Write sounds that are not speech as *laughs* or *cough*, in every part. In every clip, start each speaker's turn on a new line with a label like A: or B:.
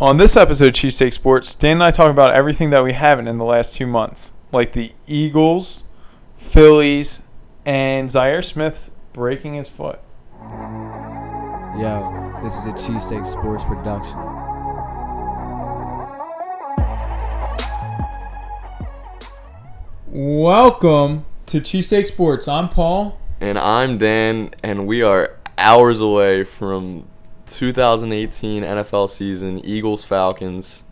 A: On this episode of Cheesesteak Sports, Dan and I talk about everything that we haven't in the last two months, like the Eagles, Phillies, and Zaire Smith breaking his foot.
B: Yo, this is a Cheesesteak Sports production.
A: Welcome to Cheesesteak Sports. I'm Paul.
C: And I'm Dan, and we are hours away from 2018 NFL season, Eagles Falcons.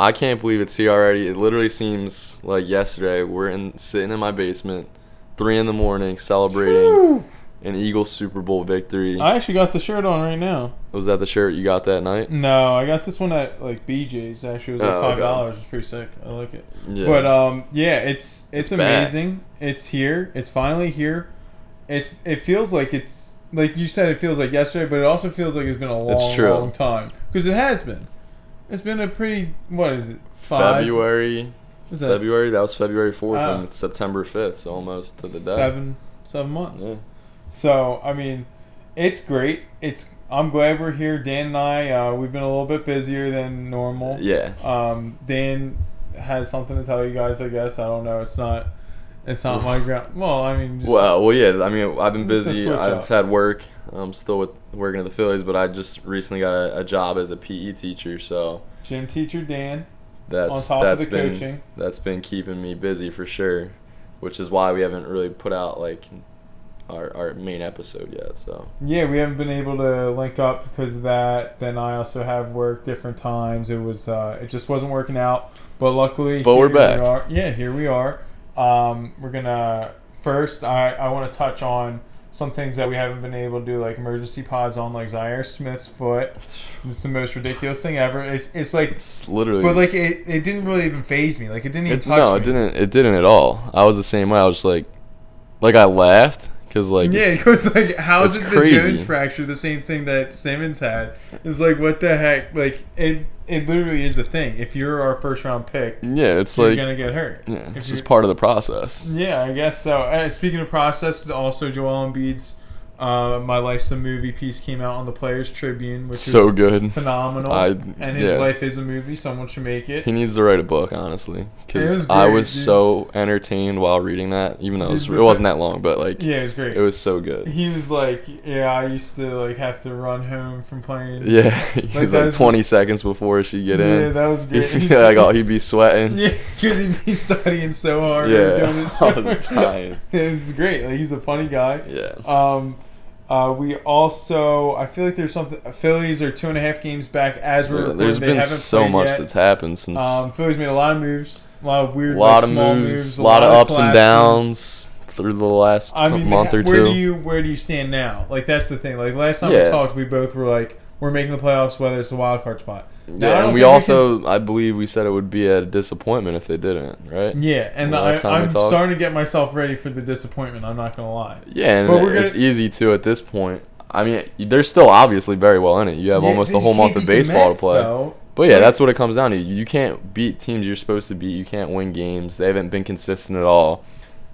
C: I can't believe it's here already. It literally seems like yesterday. We're in sitting in my basement, three in the morning, celebrating an Eagles Super Bowl victory.
A: I actually got the shirt on right now.
C: Was that the shirt you got that night?
A: No, I got this one at like BJ's. Actually, it was
C: Oh,
A: like five
C: okay.
A: dollars. It's pretty sick. I like it.
C: Yeah.
A: But um, yeah, it's it's,
C: It's back.
A: amazing. It's here. It's finally here. It's it feels like it's like you said. It feels like yesterday, but it also feels like it's been a long,
C: It's true.
A: long time because it has been. It's been a pretty what is it? Five,
C: February,
A: Is that
C: February. That was February 4th,
A: Ah.
C: and it's September 5th, so almost to the day.
A: Seven, seven months.
C: Yeah.
A: So I mean, it's great. It's I'm glad we're here. Dan and I uh, we've been a little bit busier than normal.
C: yeah.
A: Um, Dan has something to tell you guys. I guess I don't know. It's not. It's not
C: *laughs*
A: my ground. Well, I mean, just,
C: Well, well, yeah. I mean, I've been
A: Just a
C: busy.
A: switch
C: I've
A: up.
C: had work. I'm still with working at the Phillies, but I just recently got a, a job as a PE teacher, so
A: gym teacher Dan.
C: that's
A: On top of the
C: that's been
A: coaching.
C: that's been keeping me busy for sure, which is why we haven't really put out like our our main episode yet. So
A: Yeah, we haven't been able to link up because of that. Then I also have work different times. It was uh, it just wasn't working out. But luckily,
C: But we're
A: here
C: back.
A: We are. Yeah, here we are. Um, we're gonna first. I I want to touch on some things that we haven't been able to do, like emergency pods on like Zaire Smith's foot. It's the most ridiculous thing ever. It's it's like
C: it's literally.
A: But like it, it didn't really even phase me. Like it didn't even
C: it,
A: touch
C: no,
A: me.
C: it didn't. It didn't at all. I was the same way. I was just like, like I laughed because like
A: yeah,
C: it's-
A: it was like how is
C: it's
A: it
C: crazy.
A: the Jones fracture, the same thing that Simmons had? It's like what the heck? Like it it literally is the thing. If you're our first round pick,
C: yeah, it's
A: you're
C: like
A: gonna get hurt.
C: yeah,
A: If
C: it's
A: you-
C: just part of the process.
A: Yeah, I guess so. Uh, speaking of process, also Joel Embiid's uh, "My Life's a Movie" piece came out on the Players Tribune, which
C: So
A: is
C: good.
A: phenomenal.
C: I-
A: and his
C: yeah.
A: life is a movie. Someone should make it.
C: He needs to write a book, honestly,
A: It was
C: because I
A: great,
C: was
A: dude.
C: so entertained while reading that. Even though it,
A: Dude,
C: was,
A: the
C: it wasn't
A: fact-
C: that long, but like
A: Yeah, it was great.
C: it was so good.
A: he was like, "Yeah, I used to like have to run home from playing."
C: *laughs*
A: *laughs*
C: Yeah, he's
A: that
C: like
A: was-
C: 20 seconds before she get
A: yeah,
C: in.
A: that was great.
C: *laughs* He'd be like, oh, he'd be sweating.
A: yeah, because he'd be studying so hard.
C: Yeah,
A: and doing
C: *laughs*
A: this
C: I was dying.
A: *laughs* it was great. Like he's a funny guy.
C: Yeah,
A: Um, uh, we also, I feel like there's something. Phillies are two and a half games back as we're.
C: Yeah,
A: recording.
C: there's
A: They
C: been
A: haven't
C: so
A: played
C: much
A: yet.
C: that's happened since
A: Um, Phillies made a lot of moves, a lot of
C: a
A: weird,
C: lot
A: like,
C: of
A: small
C: moves,
A: moves,
C: a lot, of ups and
A: flashes.
C: downs through the last
A: I
C: cou-
A: mean,
C: month or
A: where
C: two.
A: do you where do you stand now? Like that's the thing. Like last time
C: Yeah.
A: we talked, we both were like, we're making the playoffs, whether it's a wild card spot. Now, I
C: yeah,
A: don't
C: and we
A: think can-
C: also, I believe, we said it would be a disappointment if they didn't, right?
A: yeah, and
C: The last time
A: I,
C: we
A: I'm
C: talked.
A: starting to get myself ready for the disappointment. I'm not gonna lie.
C: Yeah, and
A: But we're
C: it's
A: gonna-
C: easy too at this point. I mean, they're still obviously very well in it. You have
A: Yeah,
C: almost the
A: you
C: whole
A: can't
C: month
A: beat
C: of
A: the
C: baseball
A: Mets,
C: to play.
A: though.
C: But yeah,
A: Like-
C: that's what it comes down to. You can't beat teams you're supposed to beat. You can't win games. They haven't been consistent at all.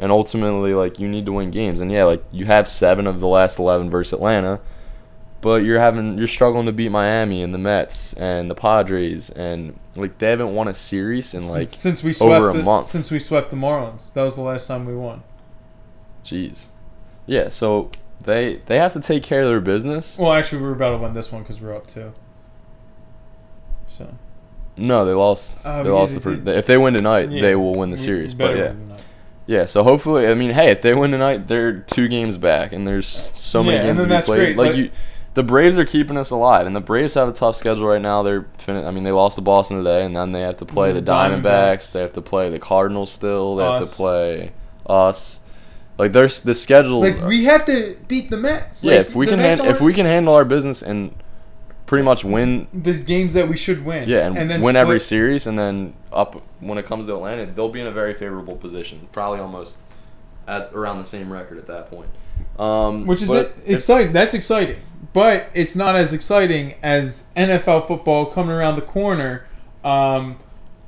C: And ultimately, like you need to win games. And yeah, like you have seven of the last eleven versus Atlanta, but you're having you're struggling to beat Miami and the Mets and the Padres and like they haven't won a series in like
A: since, since we swept
C: over a
A: the,
C: month.
A: Since we swept the Marlins, that was the last time we won.
C: jeez. Yeah, so they they have to take care of their business.
A: Well, actually, we were about to win this one because we're up two. So
C: No, they lost.
A: Oh,
C: they
A: yeah,
C: lost
A: they
C: the. Pr-
A: did.
C: if they win tonight,
A: Yeah.
C: they will win the
A: we-
C: series.
A: we
C: But
A: better
C: yeah,
A: win tonight.
C: yeah. So hopefully, I mean, hey, if they win tonight, they're two games back, and there's so many
A: Yeah, and
C: games
A: then
C: to be
A: that's
C: played.
A: great,
C: like
A: but-
C: you, the Braves are keeping us alive, and the Braves have a tough schedule right now. They're fin- I mean, they lost to Boston today, and then they have to play
A: Mm,
C: the
A: Diamondbacks.
C: Diamondbacks. They have to play the Cardinals still. They have
A: Us.
C: to play us. Like there's the schedules.
A: Like
C: are-
A: we have to beat the Mets.
C: yeah,
A: Like,
C: if we
A: the
C: can
A: Mets
C: hand, if
A: aren't-
C: we can handle our business and pretty much win
A: the games that we should win.
C: Yeah, and, win
A: split-
C: every series, and then up when it comes to Atlanta, they'll be in a very favorable position, probably almost at around the same record at that point. Um,
A: which is
C: but
A: it,
C: it's-
A: exciting. That's exciting, but it's not as exciting as NFL football coming around the corner. Um,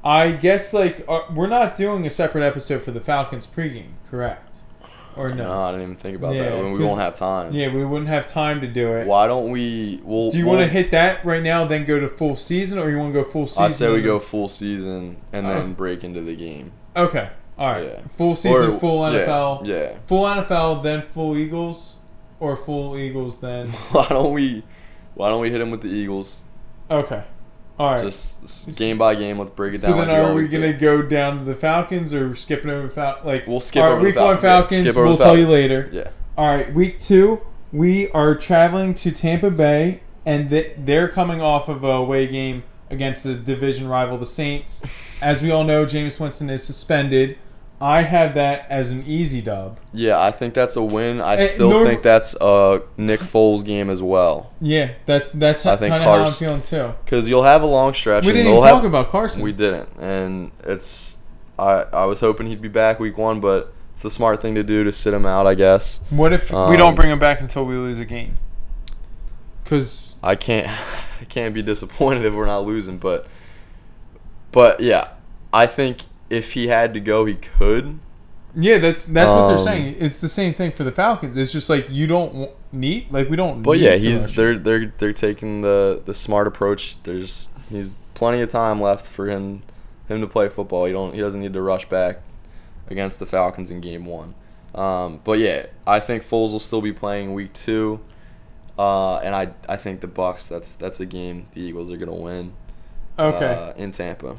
A: I guess like uh, we're not doing a separate episode for the Falcons pregame, correct? Or no?
C: No, I didn't even think about
A: Yeah,
C: that. I mean, we
A: 'cause-
C: won't have time.
A: Yeah, we wouldn't have time to do it.
C: Why don't we? We'll,
A: Do you
C: we'll,
A: want to hit that right now, then go to full season, or you want to go full season?
C: I say we
A: and-
C: go full season and
A: Oh.
C: then break into the game.
A: Okay. All right.
C: Yeah.
A: Full season,
C: Or-
A: full
C: yeah,
A: NFL,
C: Yeah. *laughs*
A: full NFL, then full Eagles, or full Eagles then.
C: Why don't we? Why don't we hit him with the Eagles?
A: Okay. All right.
C: Just s- game by game. Let's break it down.
A: so then,
C: like
A: are we
C: always
A: gonna
C: do.
A: go down to the Falcons or skipping over the Fal- like?
C: We'll skip
A: all right,
C: over the
A: week one
C: Falcons, yeah.
A: Falcons.
C: Skip over
A: we'll
C: the
A: tell you
C: Falcons.
A: later.
C: Yeah.
A: All right, week two, we are traveling to Tampa Bay, and th- they're coming off of a away game against the division rival, the Saints. As we all know, Jameis Winston is suspended. I have that as an easy dub.
C: Yeah, I think that's a win. I
A: Eh,
C: still
A: norm-
C: think that's a Nick Foles game as well.
A: Yeah, that's that's kind
C: I
A: of
C: think
A: how I'm
C: Carson-
A: feeling too.
C: Because you'll have a long stretch.
A: We
C: and
A: didn't
C: they'll
A: even talk
C: have-
A: about Carson.
C: We didn't, and it's. I I was hoping he'd be back week one, but it's the smart thing to do to sit him out. I guess
A: what if we
C: Um,
A: don't bring him back until we lose a game? Because
C: I can't. *laughs* I can't be disappointed if we're not losing, but. But yeah, I think if he had to go, he could.
A: yeah, that's that's what they're
C: Um,
A: saying. It's the same thing for the Falcons. It's just like you don't w- need like we don't.
C: But
A: need
C: yeah,
A: to
C: he's
A: rush.
C: they're they're they're taking the the smart approach. There's he's plenty of time left for him him to play football. He don't he doesn't need to rush back against the Falcons in game one. Um, but yeah, I think Foles will still be playing week two. Uh, and I I think the Bucks that's that's a game the Eagles are gonna win.
A: okay.
C: Uh, in Tampa.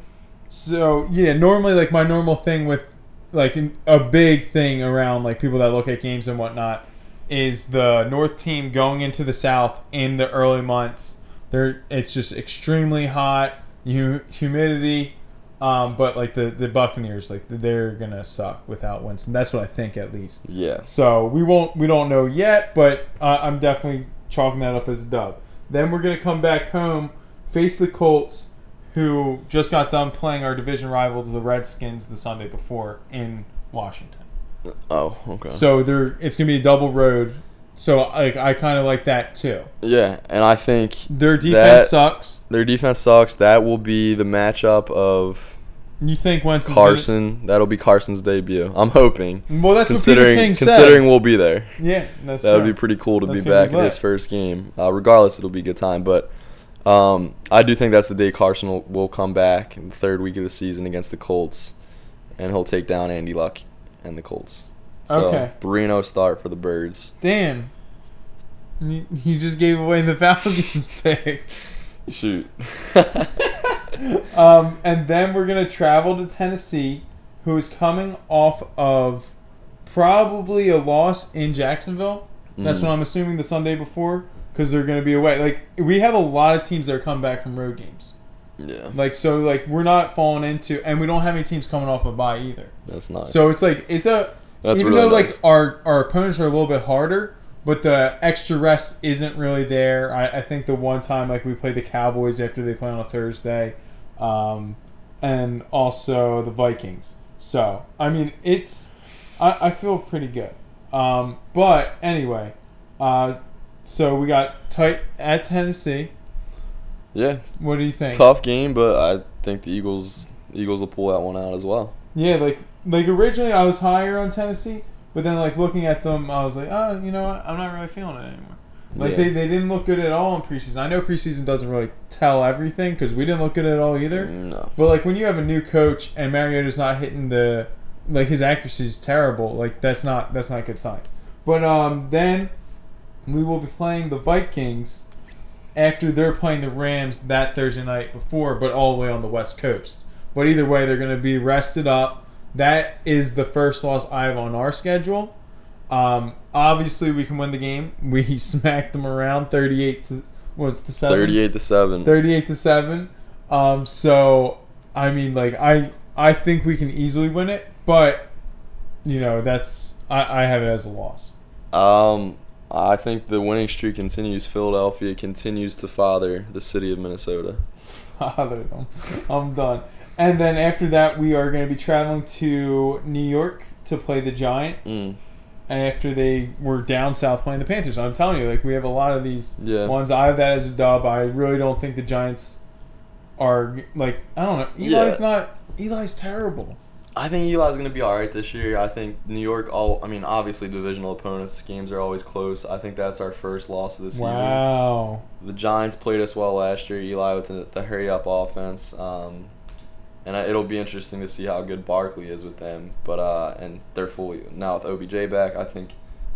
A: So yeah, normally like my normal thing with like in- a big thing around like people that look at games and whatnot is the North team going into the South in the early months. They're it's just extremely hot, hu- humidity, um, but like the the Buccaneers like they're gonna suck without Winston. That's what I think at least.
C: Yeah.
A: So we won't we don't know yet, but uh, I'm definitely chalking that up as a dub. Then we're gonna come back home, face the Colts, who just got done playing our division rival to the Redskins the Sunday before in Washington.
C: Oh, okay.
A: So they're it's gonna be a double road. So like I kind of like that too.
C: yeah, and I think
A: Their defense
C: That-
A: sucks.
C: their defense sucks. That will be the matchup of
A: You think Wentz is gonna-
C: Carson. That'll be Carson's debut. I'm hoping.
A: well, that's what
C: considering
A: Peter King
C: considering we'll be there.
A: said. Yeah, that's
C: That would be
A: right.
C: pretty cool to
A: That's
C: be
A: gonna
C: back
A: be
C: in his
A: lit.
C: first game. Uh, regardless, it'll be a good time. But um, I do think that's the day Carson will, will come back in the third week of the season against the Colts, and he'll take down Andy Luck and the Colts. So
A: Okay.
C: 3-0 start for the Birds.
A: damn. You you just gave away the *laughs* Falcons pick.
C: *laughs* Shoot.
A: Um, and then we're gonna travel to Tennessee, who is coming off of probably a loss in Jacksonville. That's
C: Mhm.
A: what I'm assuming the Sunday before, because they're gonna be away. Like we have a lot of teams that come back from road games.
C: yeah,
A: Like so, like we're not falling into, and we don't have any teams coming off a bye either.
C: that's nice.
A: So it's like it's a
C: that's
A: even
C: really
A: though
C: nice.
A: like our our opponents are a little bit harder, but the extra rest isn't really there. I, I think the one time like we played the Cowboys after they play on a Thursday, um, and also the Vikings. So I mean it's I, I feel pretty good. Um, but anyway, uh, so we got tight at Tennessee.
C: yeah,
A: What do you think?
C: tough game, but I think the Eagles Eagles will pull that one out as well.
A: Yeah, like like originally I was higher on Tennessee, but then like looking at them, I was like, oh, you know what? I'm not really feeling it anymore. Like
C: Yeah.
A: they, they didn't look good at all in preseason. I know preseason doesn't really tell everything because we didn't look good at all either.
C: Mm, No.
A: But like when you have a new coach and Mariota's not hitting the like his accuracy is terrible. Like that's not that's not good signs. But um then we will be playing the Vikings after they're playing the Rams that Thursday night before, but all the way on the West Coast. But either way, they're going to be rested up. That is the first loss I have on our schedule. Um, obviously, we can win the game. We *laughs* smacked them around thirty-eight to was the seven.
C: 38 to 7.
A: 38 to 7 um so i mean like i i think we can easily win it but you know that's i i have it as a loss *laughs*
C: Um, I think the winning streak continues. Philadelphia continues to father the city of Minnesota.
A: Father, I'm, I'm done and then after that we are going to be traveling to new york to play the giants
C: Mm. Hmm.
A: after they were down south playing the panthers i'm telling you like we have a lot of these
C: Yeah.
A: ones i have that as a dub i really don't think the giants are like i don't know
C: Yeah.
A: eli's not eli's terrible
C: I think Eli's gonna be all right this year. I think New York. All I mean, obviously divisional opponents games are always close. I think that's our first loss of the season.
A: Wow.
C: The Giants played us well last year. Eli with the, the hurry up offense, um, and I, it'll be interesting to see how good Barkley is with them. But uh, and they're fully now with OBJ back. I think,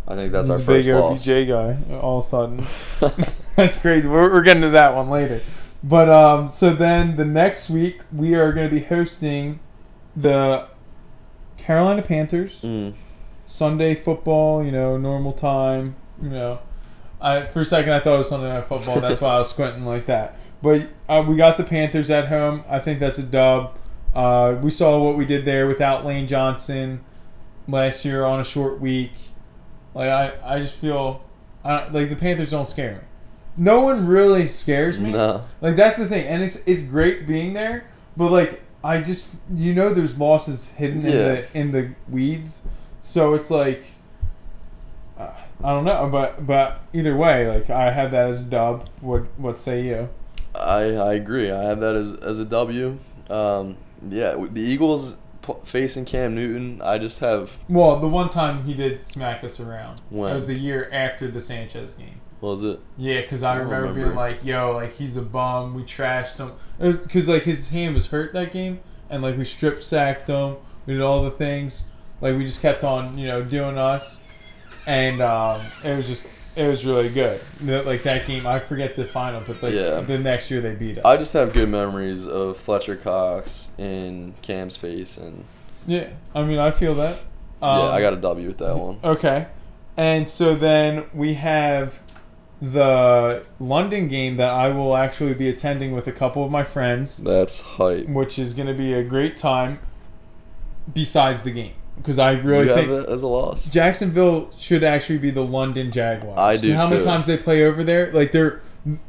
C: I think that's
A: He's
C: our
A: a big
C: first loss.
A: OBJ guy. All of a sudden, *laughs*
C: *laughs*
A: that's crazy. We're, we're getting to that one later. But um, so then the next week we are going to be hosting the Carolina Panthers
C: Mm.
A: Sunday football. You know, normal time. You know, I for a second I thought it was Sunday night football. That's why I was squinting like that. But uh, we got the Panthers at home. I think that's a dub. Uh, we saw what we did there without Lane Johnson last year on a short week. Like I, I just feel, I, like the Panthers don't scare me. No one really scares me.
C: No.
A: Like that's the thing, and it's it's great being there, but like I just you know there's losses hidden in
C: Yeah.
A: the in the weeds, so it's like uh, I don't know, but but either way, like I have that as a dub. What what say you?
C: I, I agree. I have that as, as a W. Um, yeah, with the Eagles pl- facing Cam Newton, I just have,
A: Well, the one time he did smack us around
C: When?
A: that was the year after the Sanchez game.
C: what was it?
A: Yeah, because I
C: I don't
A: remember, being
C: remember.
A: like, "Yo, like he's a bum. We trashed him." Because like his hand was hurt that game, and like we strip sacked him. We did all the things. Like we just kept on, you know, doing us, and um, it was just it was really good. The- Like that game, I forget the final, but like
C: Yeah.
A: the next year they beat us.
C: I just have good memories of Fletcher Cox in Cam's face, and
A: yeah, I mean, I feel that. Um,
C: yeah, I got a W with that one.
A: Okay. And so then we have the London game that I will actually be attending with a couple of my friends.
C: That's hype.
A: which is going to be a great time besides the game because I really
C: you have
A: think
C: it as a loss.
A: Jacksonville should actually be the London Jaguars.
C: I
A: You
C: do
A: know how many
C: too.
A: times they play over there? Like they're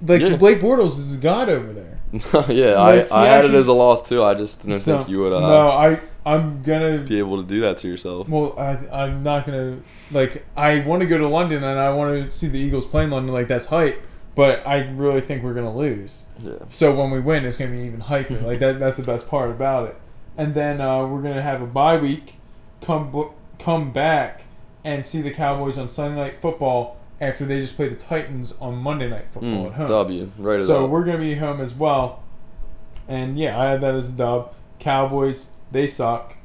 A: like
C: Yeah.
A: Blake Bortles is a god over there.
C: *laughs* yeah,
A: Like, he
C: I, I had it
A: actually-
C: as a loss too. I just didn't
A: So,
C: think you would uh,
A: no, I I'm gonna
C: be able to do that to yourself.
A: well I I'm not gonna like I want to go to London and I want to see the Eagles play in London like that's hype, but I really think we're gonna lose.
C: Yeah.
A: So when we win, it's gonna be even hyper. Like that, that's the best part about it. And then uh, we're gonna have a bye week, come bo- come back and see the Cowboys on Sunday Night Football after they just play the Titans on Monday Night Football at
C: Mm,
A: home.
C: w. Right as
A: So
C: well.
A: we're gonna be home as well. And yeah, I had that as a dub. Cowboys, they suck.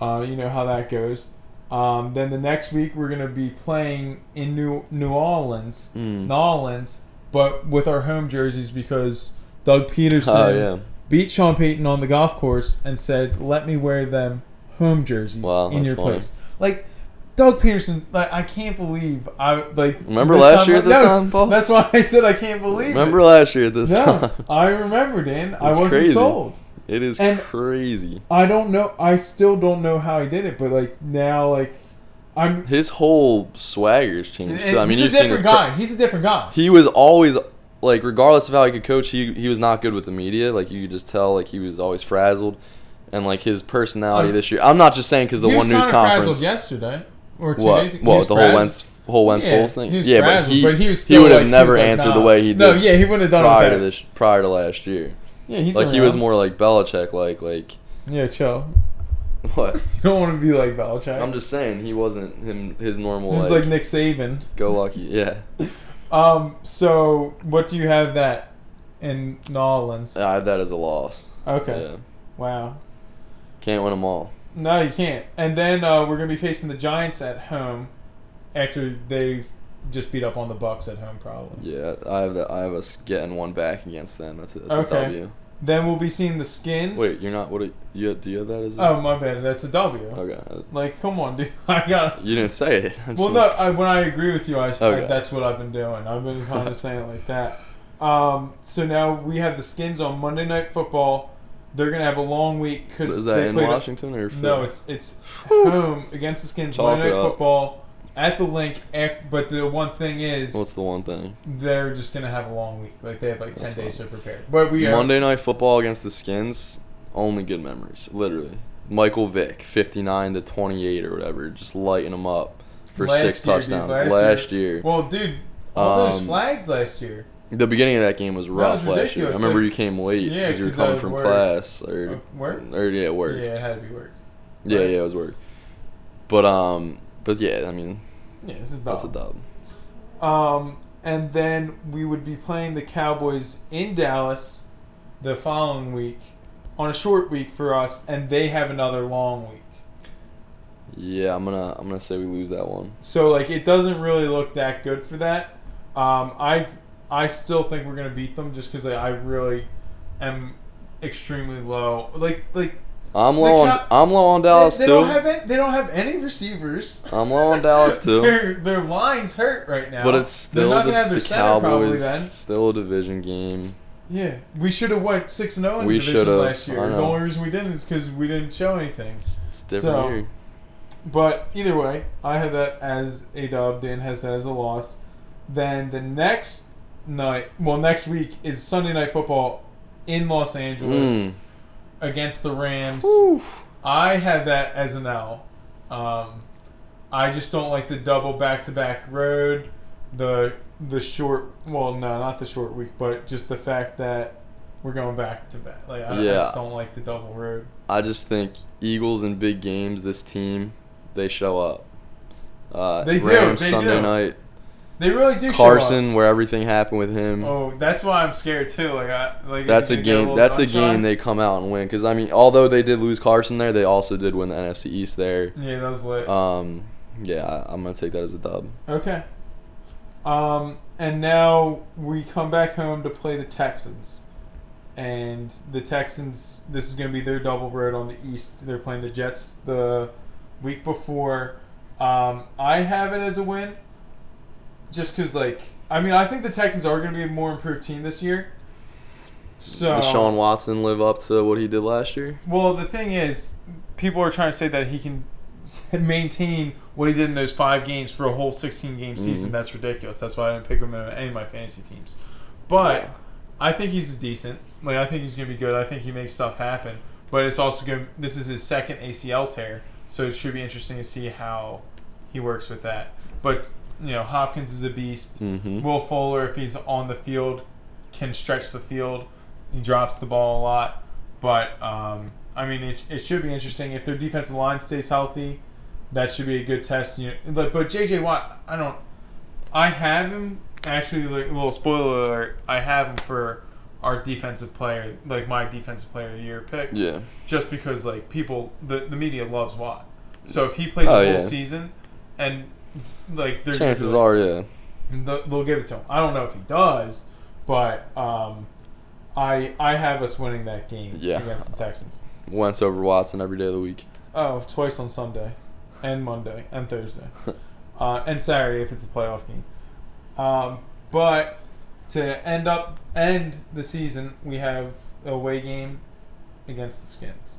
A: Uh, you know how that goes. Um, then the next week we're gonna be playing in New New Orleans,
C: Mm.
A: New Orleans, but with our home jerseys because Doug Peterson
C: Oh, yeah.
A: beat Sean Payton on the golf course and said, "Let me wear them home jerseys
C: Wow,
A: in
C: that's
A: your
C: funny.
A: place." Like Doug Peterson, like I can't believe I like.
C: Remember
A: this
C: last
A: time-
C: year at
A: *laughs*
C: this
A: no,
C: time, Paul?
A: That's why I said I can't believe. it.
C: Remember last year at this
A: No,
C: *laughs* time?
A: I remember, Dan. I
C: It's
A: wasn't
C: crazy.
A: sold.
C: It is
A: And-
C: crazy.
A: I don't know. I still don't know how he did it, but like now, like I'm.
C: His whole swagger's changed. too. I mean,
A: he's a
C: you've seen his
A: different
C: pro-
A: guy. he's a different guy.
C: he was always like, regardless of how he could coach, he he was not good with the media. Like you could just tell, like he was always frazzled, and like his personality
A: Um,
C: this year. I'm not just saying because the
A: he was
C: one news
A: kinda
C: conference.
A: frazzled yesterday or two
C: what?
A: days ago. He
C: What?
A: was
C: The
A: frazzled.
C: whole Wentz whole Wentz
A: Yeah,
C: Foles thing.
A: he was
C: yeah,
A: frazzled,
C: but he
A: but he was still
C: would have
A: like- he
C: never
A: was like,
C: answered
A: nah.
C: the way he did
A: No, yeah, he wouldn't have done it
C: prior
A: that.
C: to this prior to last year.
A: Yeah, he's
C: Like he was
A: around.
C: more like Belichick, like like *laughs*
A: Yeah, chill. *laughs*
C: what?
A: You don't want to be like Belichick.
C: I'm just saying he wasn't him his normal
A: He's
C: like,
A: like Nick Saban.
C: go lucky. Yeah,
A: Um. So, what do you have that in New Orleans?
C: I have that as a loss.
A: okay.
C: Yeah.
A: Wow.
C: Can't win them all.
A: No, you can't. And then uh, we're gonna be facing the Giants at home after they've just beat up on the Bucks at home, probably.
C: Yeah, I have I have us getting one back against them. That's a, that's
A: Okay.
C: a W.
A: Then we'll be seeing the Skins.
C: Wait, you're not. What are, you do you have that as? A,
A: Oh my bad. That's a W.
C: okay.
A: Like, come on, dude. *laughs* I got.
C: You didn't say it. I'm
A: Well,
C: just-
A: no. I, when I agree with you, I, I-
C: Okay.
A: that's what I've been doing. I've been kind
C: *laughs*
A: of saying it like that. Um. So now we have the Skins on Monday Night Football. They're gonna have a long week because
C: Is that in Washington or?
A: No, it's it's home against the Skins
C: Chalk
A: Monday
C: it
A: Night
C: up.
A: Football at the link. Af- but the one thing is,
C: What's the one thing?
A: they're just gonna have a long week. Like they have like ten
C: That's
A: days to prepare. But we are
C: Monday night football against the Skins. Only good memories, literally. Michael Vick, fifty-nine to twenty-eight or whatever, just lighting them up for
A: Last
C: six
A: year, dude,
C: touchdowns
A: last
C: last
A: year.
C: year.
A: Well, dude, all those
C: Um,
A: flags last year.
C: The beginning of that game was rough
A: was
C: last year. I
A: ridiculous,
C: remember
A: like-
C: you came late
A: Yeah,
C: because you were
A: 'cause I
C: coming
A: was
C: from
A: work.
C: class or
A: Uh, work?
C: or yeah, work.
A: Yeah, it had to be work.
C: Yeah,
A: right?
C: yeah, it was work. But um, but yeah, I mean,
A: Yeah, this is
C: that's a
A: dumb.
C: dub.
A: Um, and then we would be playing the Cowboys in Dallas the following week on a short week for us, and they have another long week.
C: Yeah, I'm gonna I'm gonna say we lose that one.
A: So like it doesn't really look that good for that. Um, I I still think we're gonna beat them just because I really am extremely low. Like like
C: I'm
A: The
C: low on
A: Cow-
C: I'm low on Dallas
A: they, they
C: too.
A: don't have any, they don't have any receivers.
C: I'm low on Dallas
A: *laughs*
C: too.
A: their, their lines hurt right now.
C: But it's still
A: they're not
C: the,
A: gonna have their
C: the
A: center
C: Cowboys.
A: probably then.
C: Still a division game.
A: Yeah, we should have went six and zero in
C: We
A: the division
C: should've,
A: last year.
C: I
A: The
C: know.
A: only reason we didn't is because we didn't show anything.
C: It's, it's different
A: So-
C: here.
A: But either way, I have that as a dub. Dan has that as a loss. Then the next night, well, next week is Sunday night football in Los Angeles
C: Mm.
A: against the Rams.
C: Whew.
A: I have that as an L. Um, I just don't like the double back-to-back road, the the short. Well, no, not the short week, but just the fact that we're going back to back. Like I, I
C: Yeah.
A: just don't like the double road.
C: I just think Eagles in big games. This team, they show up. Uh,
A: They do,
C: Rams
A: they
C: Sunday
A: do.
C: night.
A: They really do. show up.
C: Carson, where everything happened with him.
A: Oh, that's why I'm scared too. Like, I, like is
C: that's
A: it
C: a
A: gonna get
C: game.
A: little
C: That's a
A: gun
C: game
A: shot?
C: they come out and win. Because I mean, although they did lose Carson there, they also did win the NFC East there.
A: Yeah, that was lit.
C: Um, yeah, I- I'm gonna take that as a dub.
A: okay. Um, and now we come back home to play the Texans, and the Texans. This is gonna be their double road on the East. They're playing the Jets the week before. Um, I have it as a win, just because like I mean I think the Texans are gonna be a more improved team this year. So
C: Deshaun Watson live up to what he did last year?
A: Well, the thing is, people are trying to say that he can *laughs* maintain what he did in those five games for a whole 16 game season.
C: Mhm.
A: That's ridiculous. That's why I didn't pick him in any of my fantasy teams. But
C: Yeah.
A: I think he's decent. Like I think he's going to be good. I think he makes stuff happen. But it's also going. to This is his second ACL tear, so it should be interesting to see how he works with that. But you know, Hopkins is a beast.
C: hmm
A: Will Fuller, if he's on the field, can stretch the field. He drops the ball a lot, but um, I mean, it, it should be interesting if their defensive line stays healthy. That should be a good test. You know, but, but JJ Watt, I don't. I have him actually. Like a little spoiler alert, I have him for our defensive player, like my defensive player of the year pick
C: Yeah,
A: just because like people the, the media loves Watt. So if he plays
C: Oh,
A: a whole
C: yeah.
A: season and like they're
C: chances are, yeah.
A: they'll, they'll give it to him. I don't know if he does, but um, I I have us winning that game
C: Yeah.
A: against the Texans.
C: Wentz over Watson every day of the week.
A: Oh, twice on Sunday, and Monday, and
C: *laughs*
A: Thursday, uh, and Saturday if it's a playoff game. Um, but to end up end the season, we have a away game against the Skins,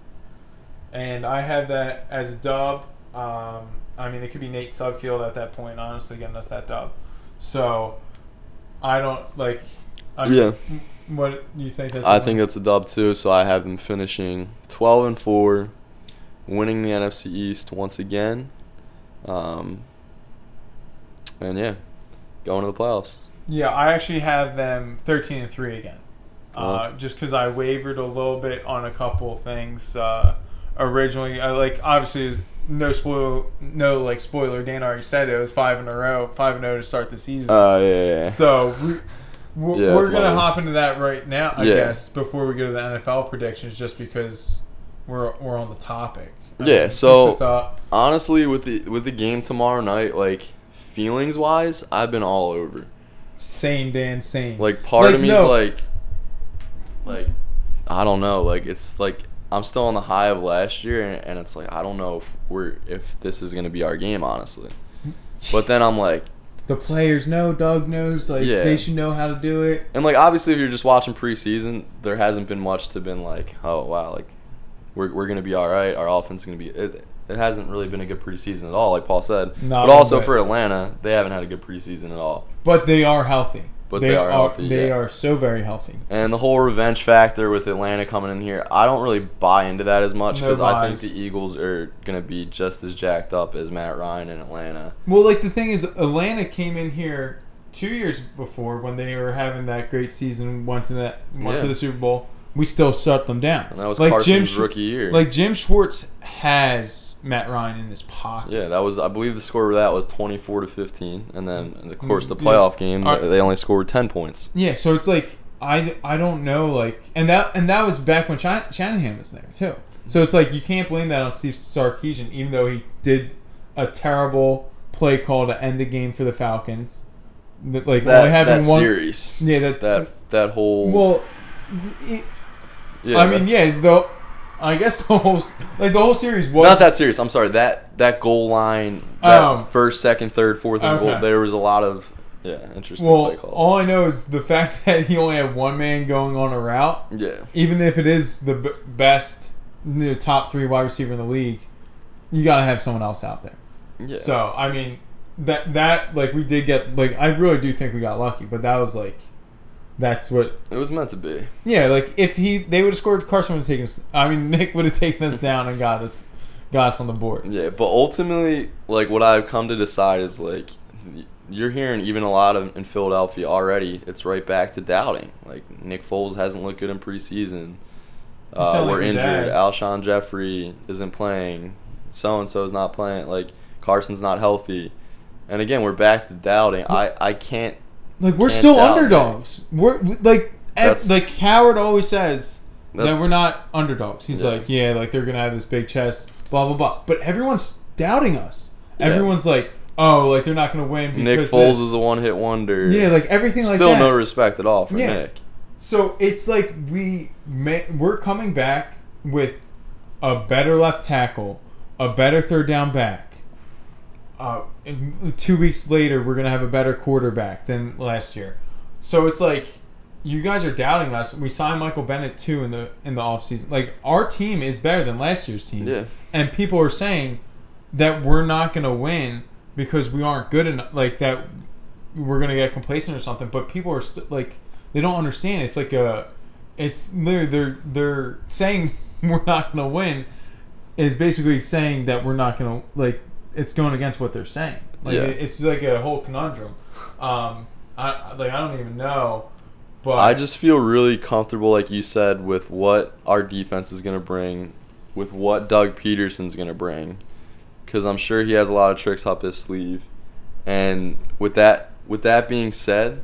A: and I have that as a dub. Um, I mean, it could be Nate Subfield at that point, honestly, getting us that dub. So I don't like. I
C: Yeah.
A: What do you think? That's
C: I think that's a dub too. So I have them finishing 12 and four, winning the NFC East once again, um, and yeah, going to the playoffs.
A: Yeah, I actually have them 13 and 3 again. Uh,
C: Oh.
A: just because I wavered a little bit on a couple of things uh, originally. I, like obviously, is no spoil, no like spoiler. Dan already said it was five in a row, five and zero to start the season.
C: Uh, yeah, yeah, yeah.
A: so we, we're,
C: Yeah,
A: we're
C: it's
A: gonna
C: lovely.
A: hop into that right now, I
C: Yeah.
A: guess, before we go to the NFL predictions, just because we're we're on the topic. I
C: Yeah,
A: since
C: so-
A: it's uh, up,
C: honestly, with the with the game tomorrow night, like feelings wise, I've been all over.
A: same Dan, same.
C: Like part
A: Like,
C: of me's
A: no.
C: like, like I don't know. Like it's like I'm still on the high of last year, and, and it's like I don't know if we're if this is gonna be our game, honestly. But then I'm like,
A: the players know, Doug knows. Like
C: Yeah.
A: they should know how to do it.
C: and like obviously, if you're just watching preseason, there hasn't been much to been like, oh wow, like we're we're gonna be all right. Our offense is gonna be it. It hasn't really been a good preseason at all, like Paul said.
A: Not
C: but also
A: one bit.
C: for Atlanta, they haven't had a good preseason at all.
A: But they are healthy.
C: But they are healthy,
A: They
C: yeah.
A: are so very healthy.
C: And the whole revenge factor with Atlanta coming in here, I don't really buy into that as much
A: No
C: because I think
A: buys.
C: the Eagles are going to be just as jacked up as Matt Ryan in Atlanta.
A: Well, like the thing is, Atlanta came in here two years before when they were having that great season, went to that, went to
C: Yeah.
A: the Super Bowl, we still shut them down.
C: And that was
A: like Jim
C: Carson's
A: Sch-
C: rookie year.
A: Like Jim Schwartz has Matt Ryan in his pocket.
C: yeah, that was I believe the score of that was 24 to 15, and then of course the
A: Mm, Yeah.
C: playoff game
A: Are-
C: they only scored 10 points.
A: Yeah, so it's like I, I don't know like and that and that was back when Shan- Shanahan was there too. So it's like you can't blame that on Steve Sarkeesian, even though he did a terrible play call to end the game for the Falcons. That like
C: That,
A: only having
C: that
A: one.
C: series,
A: Yeah, that-
C: that that whole.
A: Well, it-
C: yeah,
A: I mean, yeah, though. I guess the whole s- like the whole series was
C: not that serious. I'm sorry. That that goal line, that
A: Oh.
C: first, second, third, fourth, and
A: Okay.
C: goal. There was a lot of yeah interesting
A: well.
C: play calls.
A: All I know is the fact *laughs* that he only had one man going on a route,
C: yeah,
A: even if it is the b- best, you know, top three wide receiver in the league, you gotta have someone else out there.
C: yeah.
A: So I mean, that that like we did get like I really do think we got lucky, but that was like, that's what
C: it was meant to be.
A: yeah like if he they would have scored Carson would have taken us I mean *laughs* Nick would have taken us down and got us got us on the board.
C: Yeah, but ultimately, like what I've come to decide is like you're hearing even a lot of in Philadelphia already. It's right back to doubting. Like Nick Foles hasn't looked good in preseason. Uh,
A: sound like
C: we're
A: your
C: injured.
A: dad.
C: Alshon Jeffrey isn't playing. So and so's not playing. Like Carson's not healthy. And again, we're back to doubting. I I can't.
A: Like we're
C: Can't
A: still
C: doubt it.
A: underdogs. We're we- like at,
C: That's-
A: like Howard always says
C: That's-
A: that we're not underdogs. He's
C: Yeah.
A: like, yeah, like they're gonna have this big chest, blah blah blah. But everyone's doubting us.
C: Yeah.
A: Everyone's like, oh, like they're not gonna win because
C: Nick Foles
A: this.
C: is a one hit wonder.
A: yeah, like everything like
C: still
A: that.
C: no respect at all for
A: Yeah.
C: Nick.
A: so it's like we may, we're coming back with a better left tackle, a better third down back. Uh, and two weeks later, we're gonna have a better quarterback than last year. So it's like you guys are doubting us. We signed Michael Bennett too in the in the offseason. Like our team is better than last year's team.
C: Yeah.
A: And people are saying that we're not gonna win because we aren't good enough. Like that we're gonna get complacent or something. But people are st- like they don't understand. It's like a it's they're they're they're saying *laughs* we're not gonna win is basically saying that we're not gonna like it's going against what they're saying. Like
C: Yeah.
A: it- it's like a whole conundrum. Um, I like I don't even know, but *laughs*
C: I just feel really comfortable, like you said, with what our defense is going to bring, with what Doug Peterson's going to bring, because I'm sure he has a lot of tricks up his sleeve. And with that, with that being said,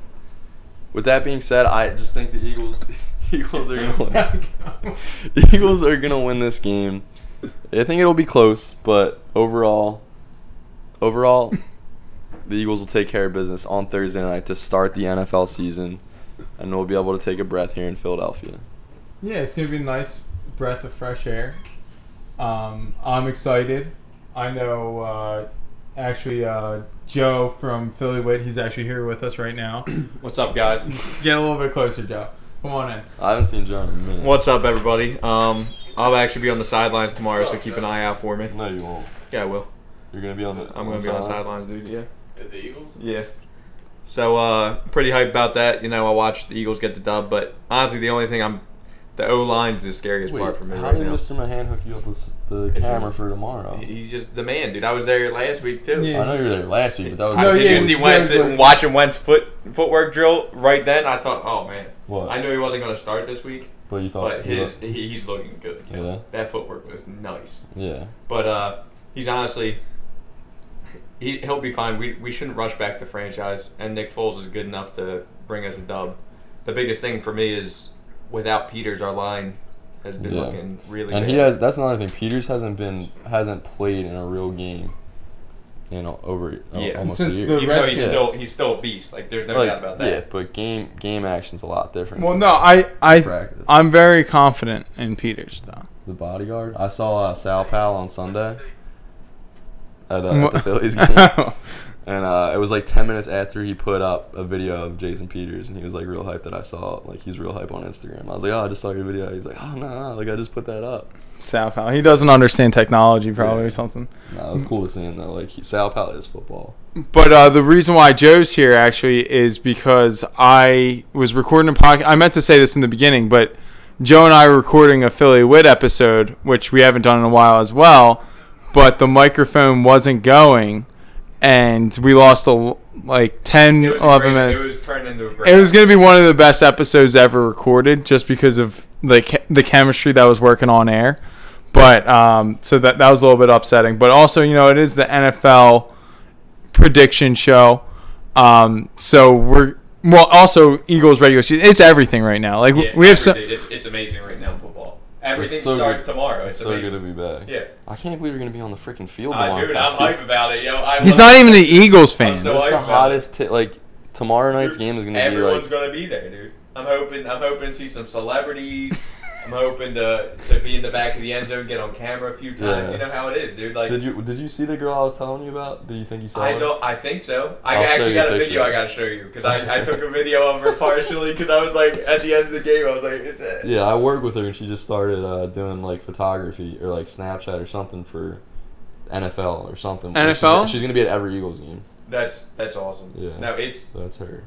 C: with that being said, I just think the Eagles, *laughs* Eagles are going to
A: *laughs*
C: win. *laughs* Eagles are going to win this game. I think it'll be close, but overall, overall, the Eagles will take care of business on Thursday night to start the NFL season and we'll be able to take a breath here in Philadelphia.
A: yeah, it's gonna be a nice breath of fresh air. Um, I'm excited. I know uh, actually uh, Joe from Philly Wit. He's actually here with us right *coughs* now.
D: What's up, guys?
A: Get a little bit closer, Joe. Come on in.
C: I haven't seen John in a minute.
D: What's up, everybody? Um, I'll actually be on the sidelines tomorrow, so keep an eye out for me.
C: No, you won't.
D: Yeah, I will.
C: You're gonna be on the.
D: I'm gonna be on the sidelines, dude. Yeah.
C: The Eagles.
D: Yeah. So, uh, pretty hyped about that. You know, I watched the Eagles get the dub, but honestly, the only thing I'm, the O line is the scariest
C: Wait,
D: part for me
C: how
D: right
C: did
D: now.
C: Mr. Mahan hook you up with the camera for tomorrow?
D: He's just the man, dude. I was there last week too.
A: Yeah.
C: I know you were there last week, but that was.
D: I
A: No,
D: did
A: yeah,
D: you see
A: yeah,
D: Wentz
A: but-
D: and watching Wentz foot footwork drill right then? I thought, oh man,
C: What?
D: I knew he wasn't gonna start this week,
C: But you thought.
D: but his he, he's looking good. you know?
C: Yeah.
D: That footwork was nice.
C: Yeah.
D: But uh, he's honestly, he, he'll be fine. We, we shouldn't rush back the franchise, and Nick Foles is good enough to bring us a dub. The biggest thing for me is without Peters, our line has been
C: Yeah.
D: looking really
C: And
D: bad.
C: he has. That's another thing. Peters hasn't been hasn't played in a real game. You know, over uh,
D: Yeah.
C: almost
A: Since
C: a year.
A: the
D: Even though he's
C: Redskins.
D: still he's still a beast. Like there's no
C: Like,
D: doubt about
C: Yeah,
D: that.
C: but game game action's a lot different.
A: Well,
C: than
A: no, I I
C: practice.
A: I'm very confident in Peters though.
C: The bodyguard. I saw uh, Sal Powell on Sunday at, uh, at
A: What? *laughs*
C: the Phillies game. And uh, it was like 10 minutes after he put up a video of Jason Peters, and he was like real hyped that I saw. it. Like, he's real hype on Instagram. I was like, oh, I just saw your video. He's like, oh, no, no, like, I just put that up.
A: South Hall. He doesn't understand technology, probably
C: Yeah.
A: or something.
C: No,
A: Mm.
C: it was cool to see him, though. Like, he, Sal Powell is football.
A: But uh, the reason why Joe's here actually is because I was recording a podcast. I meant to say this in the beginning, but Joe and I were recording a Philly Wit episode, which we haven't done in a while as well. But the microphone wasn't going, and we lost a, l- like 10,
D: It was, a
A: 11
D: great-
A: minutes.
D: it was turned into a great.
A: It was going to be one of the best episodes ever recorded just because of the che- the chemistry that was working on air. But um, so that that was a little bit upsetting. But also, you know, it is the NFL prediction show. Um, so we're well. Also, Eagles regular season. It's everything right now. Like we have some.
D: It's, it's amazing right now in football. Everything
C: so
D: starts
C: good.
D: tomorrow. It's
C: so
D: amazing.
C: good to be back.
D: Yeah.
C: I can't believe you're gonna be on the freaking field.
D: Uh,
C: tomorrow.
D: dude, I'm hype about it, yo. I
A: He's
D: love
A: not
D: it.
A: even an Eagles fan.
D: I'm so
C: That's
D: hype
C: the
D: about it.
C: hottest. T- like tomorrow night's game is gonna
D: Everyone's
C: be like.
D: gonna be there, dude. I'm hoping. I'm hoping to see some celebrities. I'm hoping to to be in the back of the end zone, get on camera a few times.
C: Yeah.
D: You know how it is, dude. Like
C: did you did you see the girl I was telling you about? Do you think you saw?
D: I
C: her?
D: don't. I think so. I
C: I'll show you a
D: actually got a
C: picture.
D: video I gotta show you because I, I took a video of her partially because I was like at the end of the game I was like it's it.
C: Yeah, I work with her, and she just started uh, doing like photography or like Snapchat or something for NFL or something. She's-
A: NFL?
C: She's, gonna be at every Eagles game.
D: That's that's awesome.
C: Yeah.
D: No, it's
C: So that's her.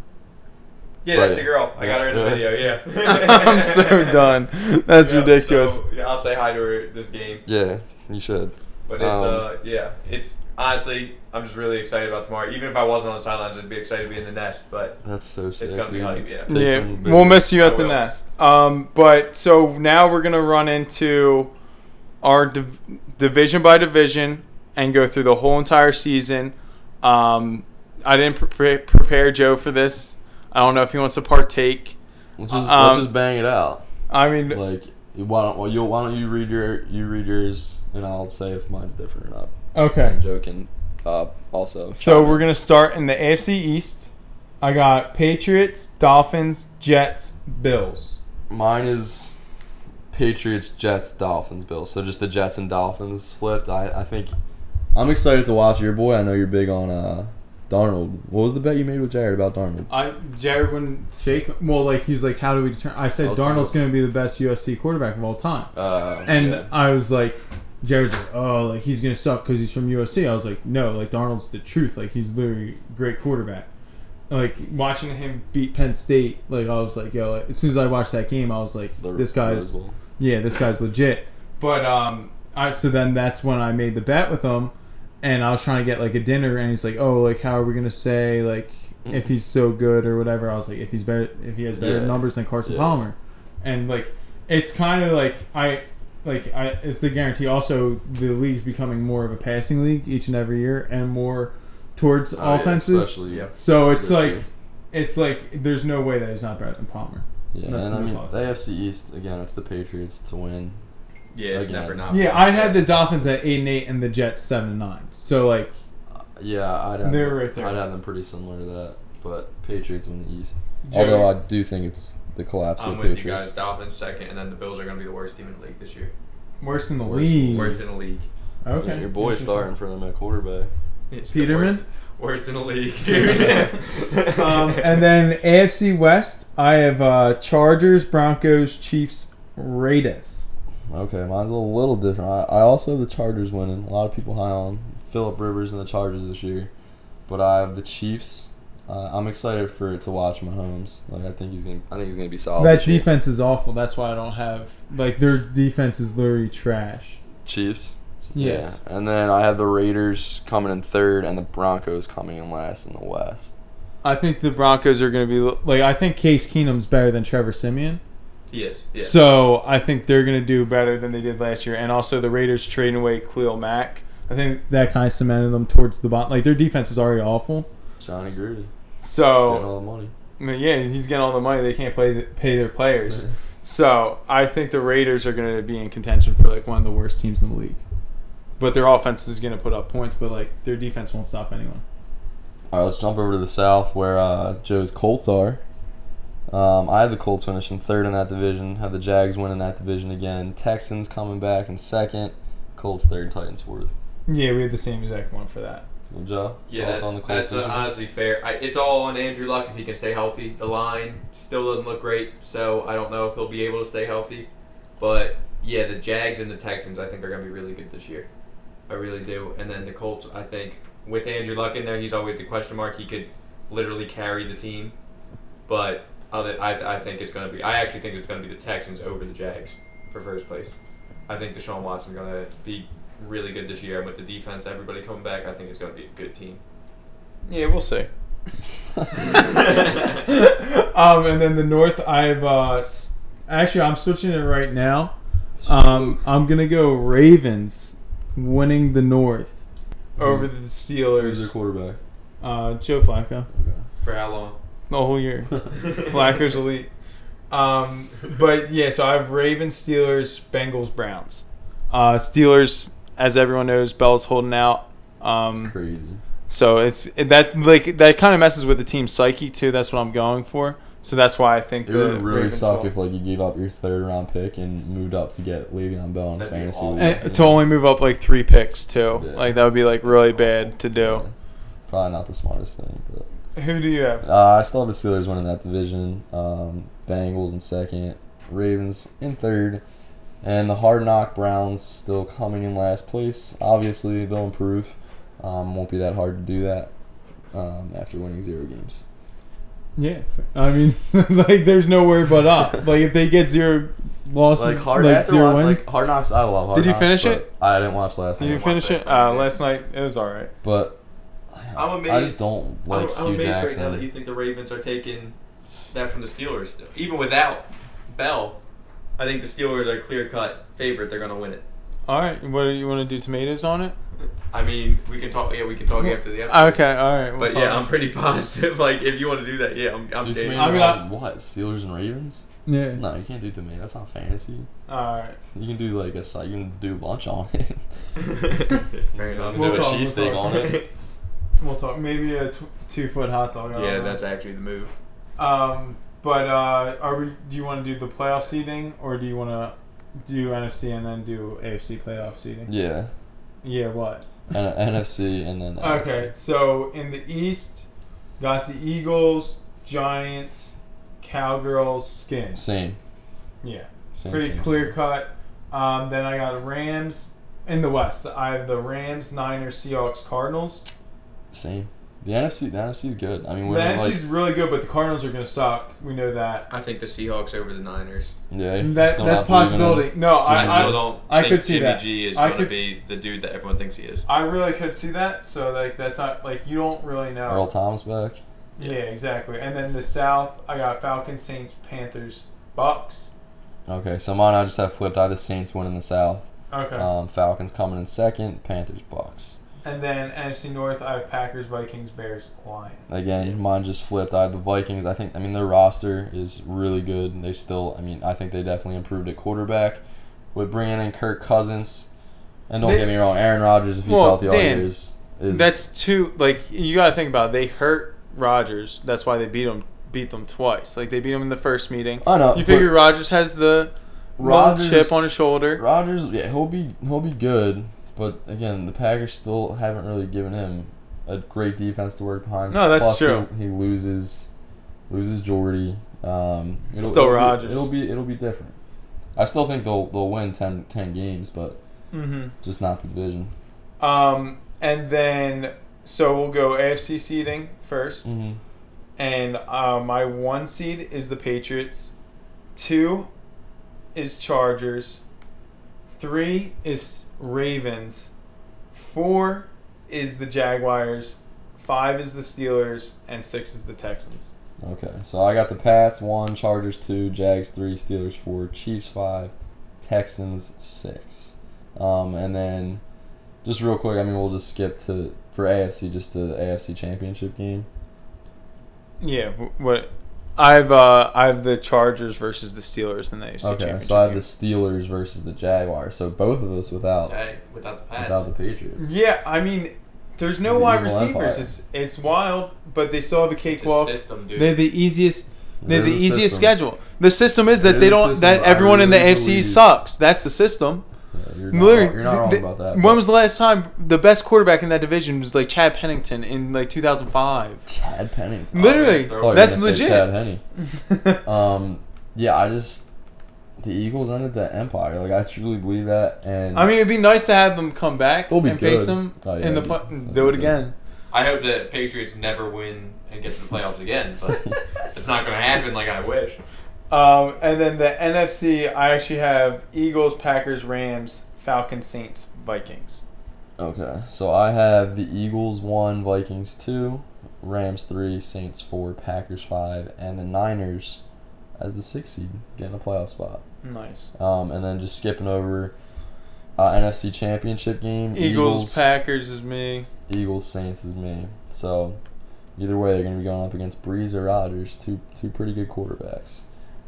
D: yeah. That's
C: Right.
D: the girl. I got her in the
C: Yeah.
D: video.
A: *laughs*
D: Yeah.
A: I'm so
D: *laughs*
A: done. That's
D: Yeah,
A: ridiculous.
D: So, yeah, I'll say hi to her this game.
C: Yeah, you should.
D: But it's
C: Um,
D: uh yeah, it's honestly I'm just really excited about tomorrow. Even if I wasn't on the sidelines, I'd be excited to be in the nest. But
C: That's so sick.
D: gonna be
C: dude.
D: hype, yeah.
C: Take
A: yeah,
C: some
A: we'll
C: videos.
A: miss you at
D: I
A: the
D: will.
A: nest. Um, but so now we're gonna run into our div- division by division and go through the whole entire season. Um, I didn't pre- prepare Joe for this. I don't know if he wants to partake.
C: Let's just
A: Um,
C: let's just bang it out.
A: I mean,
C: Like why don't well, you why don't you read your you read yours and I'll say if mine's different or not.
A: okay.
C: I'm joking. Uh, also.
A: So we're gonna start in the AFC East. I got Patriots, Dolphins, Jets, Bills.
C: Mine is Patriots, Jets, Dolphins, Bills. So just the Jets and Dolphins flipped. I, I think I'm excited to watch your boy. I know you're big on uh, Darnold. What was the bet you made with Jared about Darnold?
A: I Jared wouldn't shake. Well, like he's like, how do we determine? I said
C: I was
A: Darnold's
C: thinking-
A: gonna be the best USC quarterback of all time.
C: Uh,
A: And I was like, Jared's like, oh, like he's gonna suck because he's from USC. I was like, no, like Darnold's the truth. Like he's literally a great quarterback. Like watching him beat Penn State, like I was like, yo. Like, as soon as I watched that game, I was like, this guy's yeah, this guy's legit. But um, I so then that's when I made the bet with him, and I was trying to get like a dinner, and he's like, oh, like how are we gonna say like if he's so good or whatever? I was like, if he's better, if he has better
C: Yeah.
A: numbers than Carson
C: Yeah.
A: Palmer, and like it's kind of like I. Like I, it's a guarantee. Also, the league's becoming more of a passing league each and every year, and more towards Uh, offenses.
C: Oh, Yeah.
A: so it's
C: for
A: like,
C: sure.
A: it's like there's no way that he's not better than Palmer.
C: Yeah,
A: That's-
C: and I
A: that's
C: mean,
A: all it
C: the
A: says.
C: AFC East, again, it's the Patriots to win.
D: yeah, it's
C: Again.
D: never not.
A: Yeah, I had the Dolphins at eight and eight and the Jets seven and nine. So like,
C: Yeah, I'd have,
A: They're
C: them-
A: right there.
C: I'd have them pretty similar to that, but Patriots win the East.
A: Jared-
C: Although I do think it's the collapse
D: I'm
C: of
D: with
C: the
D: you guys.
C: Patriots.
D: Dolphins second, and then the Bills are gonna be the worst team in the league this year.
A: worse than the
C: Worse-
A: league.
D: Worst in the league. *laughs*
A: Okay,
C: Yeah, your boy's starting
A: Interesting.
C: for them at quarterback.
D: It's the
A: Peterman.
D: Worst, worst in the league, *laughs* dude.
A: Um,
C: *laughs*
A: and then AFC West, I have uh, Chargers, Broncos, Chiefs, Raiders.
C: Okay, mine's a little different. I, I also have the Chargers winning. A lot of people high on Philip Rivers and the Chargers this year, but I have the Chiefs. Uh, I'm excited for it to watch Mahomes. Like I think he's gonna. I think he's gonna be solid.
A: that
C: this year.
A: defense is awful. That's why I don't have like their defense is literally trash.
C: Chiefs.
A: Yes.
C: Yeah. And then I have the Raiders coming in third, and the Broncos coming in last in the West.
A: I think the Broncos are going to be like I think Case Keenum's better than Trevor Simeon.
D: he is. Yeah.
A: So I think they're going to do better than they did last year. And also the Raiders trading away Cleo Mack. I think that kind of cemented them towards the bottom. Like their defense is already awful.
C: Johnny Grudy. He's getting
A: So
C: all the money.
A: I mean, yeah, he's getting all the money. They can't play pay their players. So I think the Raiders are going to be in contention for like one of the worst teams in the league. But their offense is going to put up points, but like their defense won't stop anyone.
C: All right, let's jump over to the South where uh, Joe's Colts are. Um, I had the Colts finishing third in that division. Had the Jags winning that division again. Texans coming back in second. Colts third. Titans fourth.
A: Yeah, we had the same exact one for that.
C: So, Joe,
D: Yeah,
C: thoughts
D: that's, that's uh,
C: division?
D: honestly fair. I, it's all on Andrew Luck if he can stay healthy. The line still doesn't look great, so I don't know if he'll be able to stay healthy. But yeah, the Jags and the Texans, I think, are going to be really good this year. I really do. And then the Colts, I think, with Andrew Luck in there, he's always the question mark. He could literally carry the team. But other, I, I think it's going to be, I actually think it's going to be the Texans over the Jags for first place. I think Deshaun Watson's going to be really good this year. And with the defense, everybody coming back, I think it's going to be a good team.
A: Yeah, we'll see. *laughs* um, and then the North, I have uh, s- Actually, I'm switching it right now. Um, I'm gonna go Ravens winning the North over the
C: *laughs* Who's their
A: Steelers.
C: quarterback?
A: Uh, Joe Flacco
D: For how long?
A: the whole year. Flacco's elite. Um, but yeah, so I have Ravens, Steelers, Bengals, Browns. Uh, Steelers, as everyone knows, Bell's holding out. Um,
C: Crazy.
A: so it's that like that kind of messes with the team's psyche too. That's what I'm going for. So that's why I think
C: It
A: the
C: would have really
A: Ravens
C: sucked
A: will-
C: if like you gave up your third round pick and moved up to get Le'Veon Bell in
D: That'd be
C: fantasy.
D: awful.
C: league.
A: And
C: you
A: Eh, to
C: know?
A: only move up like three picks too.
C: Yeah.
A: Like that would be like really bad to do.
C: Probably not the smartest thing, but
A: Who do you have?
C: uh, I still have the Steelers winning that division. Um, Bengals in second, Ravens in third, and the Hard Knock Browns still coming in last place. Obviously, they'll improve. Um, won't be that hard to do that um, after winning zero games.
A: Yeah, I mean, *laughs* like there's nowhere but up. Like if they get zero losses, like, zero wins.
C: Hard Knocks, I love Hard
A: Did you
C: Knocks,
A: finish
C: but
A: it?
C: I didn't watch last
A: Did you
C: night,
D: watch
A: finish
D: that
A: it?
D: from
A: Uh,
D: there?
A: last night it was all right.
C: but
D: I'm
C: I
D: amazed.
C: just don't like
D: I'm, I'm
C: Hugh
D: amazed right now that
C: Jackson.
D: you think the Ravens are taking that from the Steelers. Still, even without Bell, I think the Steelers are clear cut favorite. They're gonna win it.
A: All right, what do you want to do? Tomatoes on it?
D: I mean, we can talk. Yeah, we can talk after the episode.
A: Okay, all right. we'll
D: But
A: talk.
D: yeah, I'm pretty *laughs* positive. Like, if you want to do that, yeah, I'm. I'm
C: Do
D: game.
C: tomatoes
D: *laughs*
A: I mean, I-
C: on what? Steelers and Ravens?
A: yeah.
C: No, you can't do tomatoes. That's not fantasy.
A: All right.
C: You can do like a side. You can do lunch on it.
D: Fair enough.
A: We'll
C: do a
A: talk,
C: cheese
A: we'll
C: steak
A: talk. *laughs*
C: on it.
A: We'll talk. Maybe a tw- two foot hot dog. I don't
D: yeah,
A: know.
D: that's actually the move.
A: Um, but uh, are we? Do you want to do the playoff seeding, or do you want to do NFC and then do AFC playoff seeding?
C: Yeah,
A: Yeah. What?
C: and a NFC and then AFC.
A: Okay. So in the East, got the Eagles, Giants, Cowgirls, Skins.
C: Same,
A: Yeah.
C: same,
A: pretty
C: same,
A: clear
C: same.
A: cut. Um, then I got Rams in the West. I have the Rams, Niners, Seahawks, Cardinals.
C: Same. The NFC, the NFC's good. I mean,
A: The
C: we're like,
A: NFC's really good, but the Cardinals are going to suck. We know that.
D: I think the Seahawks over the Niners.
C: yeah,
A: And
C: we're
A: That,
C: still
A: that's
C: not believing in
A: possibility. No,
C: Do you
A: I,
D: I still
A: I,
D: don't.
A: I
D: think
A: could see
D: Jimmy
A: that.
D: G is
A: I
D: going to
A: could-
D: be the dude that everyone thinks he is.
A: I really could see that. So like that's not like you don't really know.
C: Earl Thomas back.
A: Yeah, exactly. And then the South, I got Falcons, Saints, Panthers, Bucks.
C: Okay, so mine I just have flipped. I have the Saints winning the South.
A: Okay.
C: Um, Falcons coming in second. Panthers, Bucks.
A: and then NFC North, I have Packers, Vikings, Bears, Lions.
C: Again, mine just flipped. I have the Vikings. I think I mean their roster is really good. They still I mean I think they definitely improved at quarterback with bringing in Kirk Cousins. And don't
A: They-
C: get me wrong, Aaron Rodgers if he's
A: Well,
C: healthy all
A: Dan,
C: year is, is
A: That's two. Like you got to think about. It. They hurt Rodgers. That's why they beat him. Beat them twice. Like they beat him in the first meeting.
C: I know.
A: You
C: Uh, but
A: figure Rodgers has the Rodgers,
C: Rodgers
A: chip on his shoulder.
C: Rodgers yeah, he'll be he'll be good, but again, the Packers still haven't really given him a great defense to work behind.
A: No, that's
C: Plus, he-
A: true.
C: He, loses loses Jordy. Um it'll,
A: Still
C: it'll be-
A: Rodgers.
C: it'll be it'll be different. I still think they'll they'll win 10, 10 games, but
A: Mm-hmm.
C: Just not the division.
A: Um, and then so we'll go AFC seeding first,
C: Mm-hmm.
A: and uh, my one seed is the Patriots. Two is Chargers. Three is Ravens. Four is the Jaguars. Five is the Steelers, and six is the Texans.
C: Okay, so I got the Pats one, Chargers two, Jags three, Steelers four, Chiefs five, Texans six, um, and then just real quick, I mean we'll just skip to for AFC just to the AFC Championship game.
A: Yeah, wh- what I've uh I've the Chargers versus the Steelers in the AFC
C: Okay,
A: Championship.
C: so I have the
A: game.
C: Steelers versus the Jaguars. So both of us without
D: Hey, without the pass.
C: without the Patriots.
A: Yeah, I mean, there's no
C: The
A: wide
C: evil empire.
A: receivers. It's it's wild, but they still have a
D: It's
A: cake
D: a
A: walk.
D: system, dude.
A: They're the easiest. They're
C: It
A: the
C: is a
A: easiest
C: system.
A: schedule. The system is that
C: It
A: they
C: is a
A: don't.
C: system,
A: That
C: I
A: everyone in the
C: really
A: AFC
C: believe-
A: sucks. That's the system.
C: Yeah, you're not
A: Literally,
C: wrong, you're not wrong
A: th-
C: about that.
A: When was the last time the best quarterback in that division was like Chad Pennington in like 2005?
C: Chad Pennington?
A: Literally,
D: throw
C: Oh, you're
A: that's
C: gonna say
A: legit.
C: Chad Henne.
A: *laughs*
C: Um, yeah, I just the Eagles ended that empire. Like I truly believe that, and
A: I mean, it'd be nice to have them come back
C: They'll be
A: and face
C: good.
A: them
C: Oh, yeah,
A: in the
C: they'll
A: pu-
C: be- they'll
A: do
C: be
A: it
C: good.
A: again.
D: I hope the Patriots never win and get to the playoffs again, but it's not going to happen like I wish.
A: Um, and then the NFC, I actually have Eagles, Packers, Rams, Falcons, Saints, Vikings.
C: okay, so I have the Eagles one, Vikings two, Rams three, Saints four, Packers five, and the Niners as the sixth seed, getting a playoff spot.
A: Nice.
C: Um, and then just skipping over uh, NFC Championship game.
A: Eagles, Packers is me.
C: Eagles, Saints is me. So either way, they're going to be going up against Breeze or Rodgers, two two pretty good quarterbacks.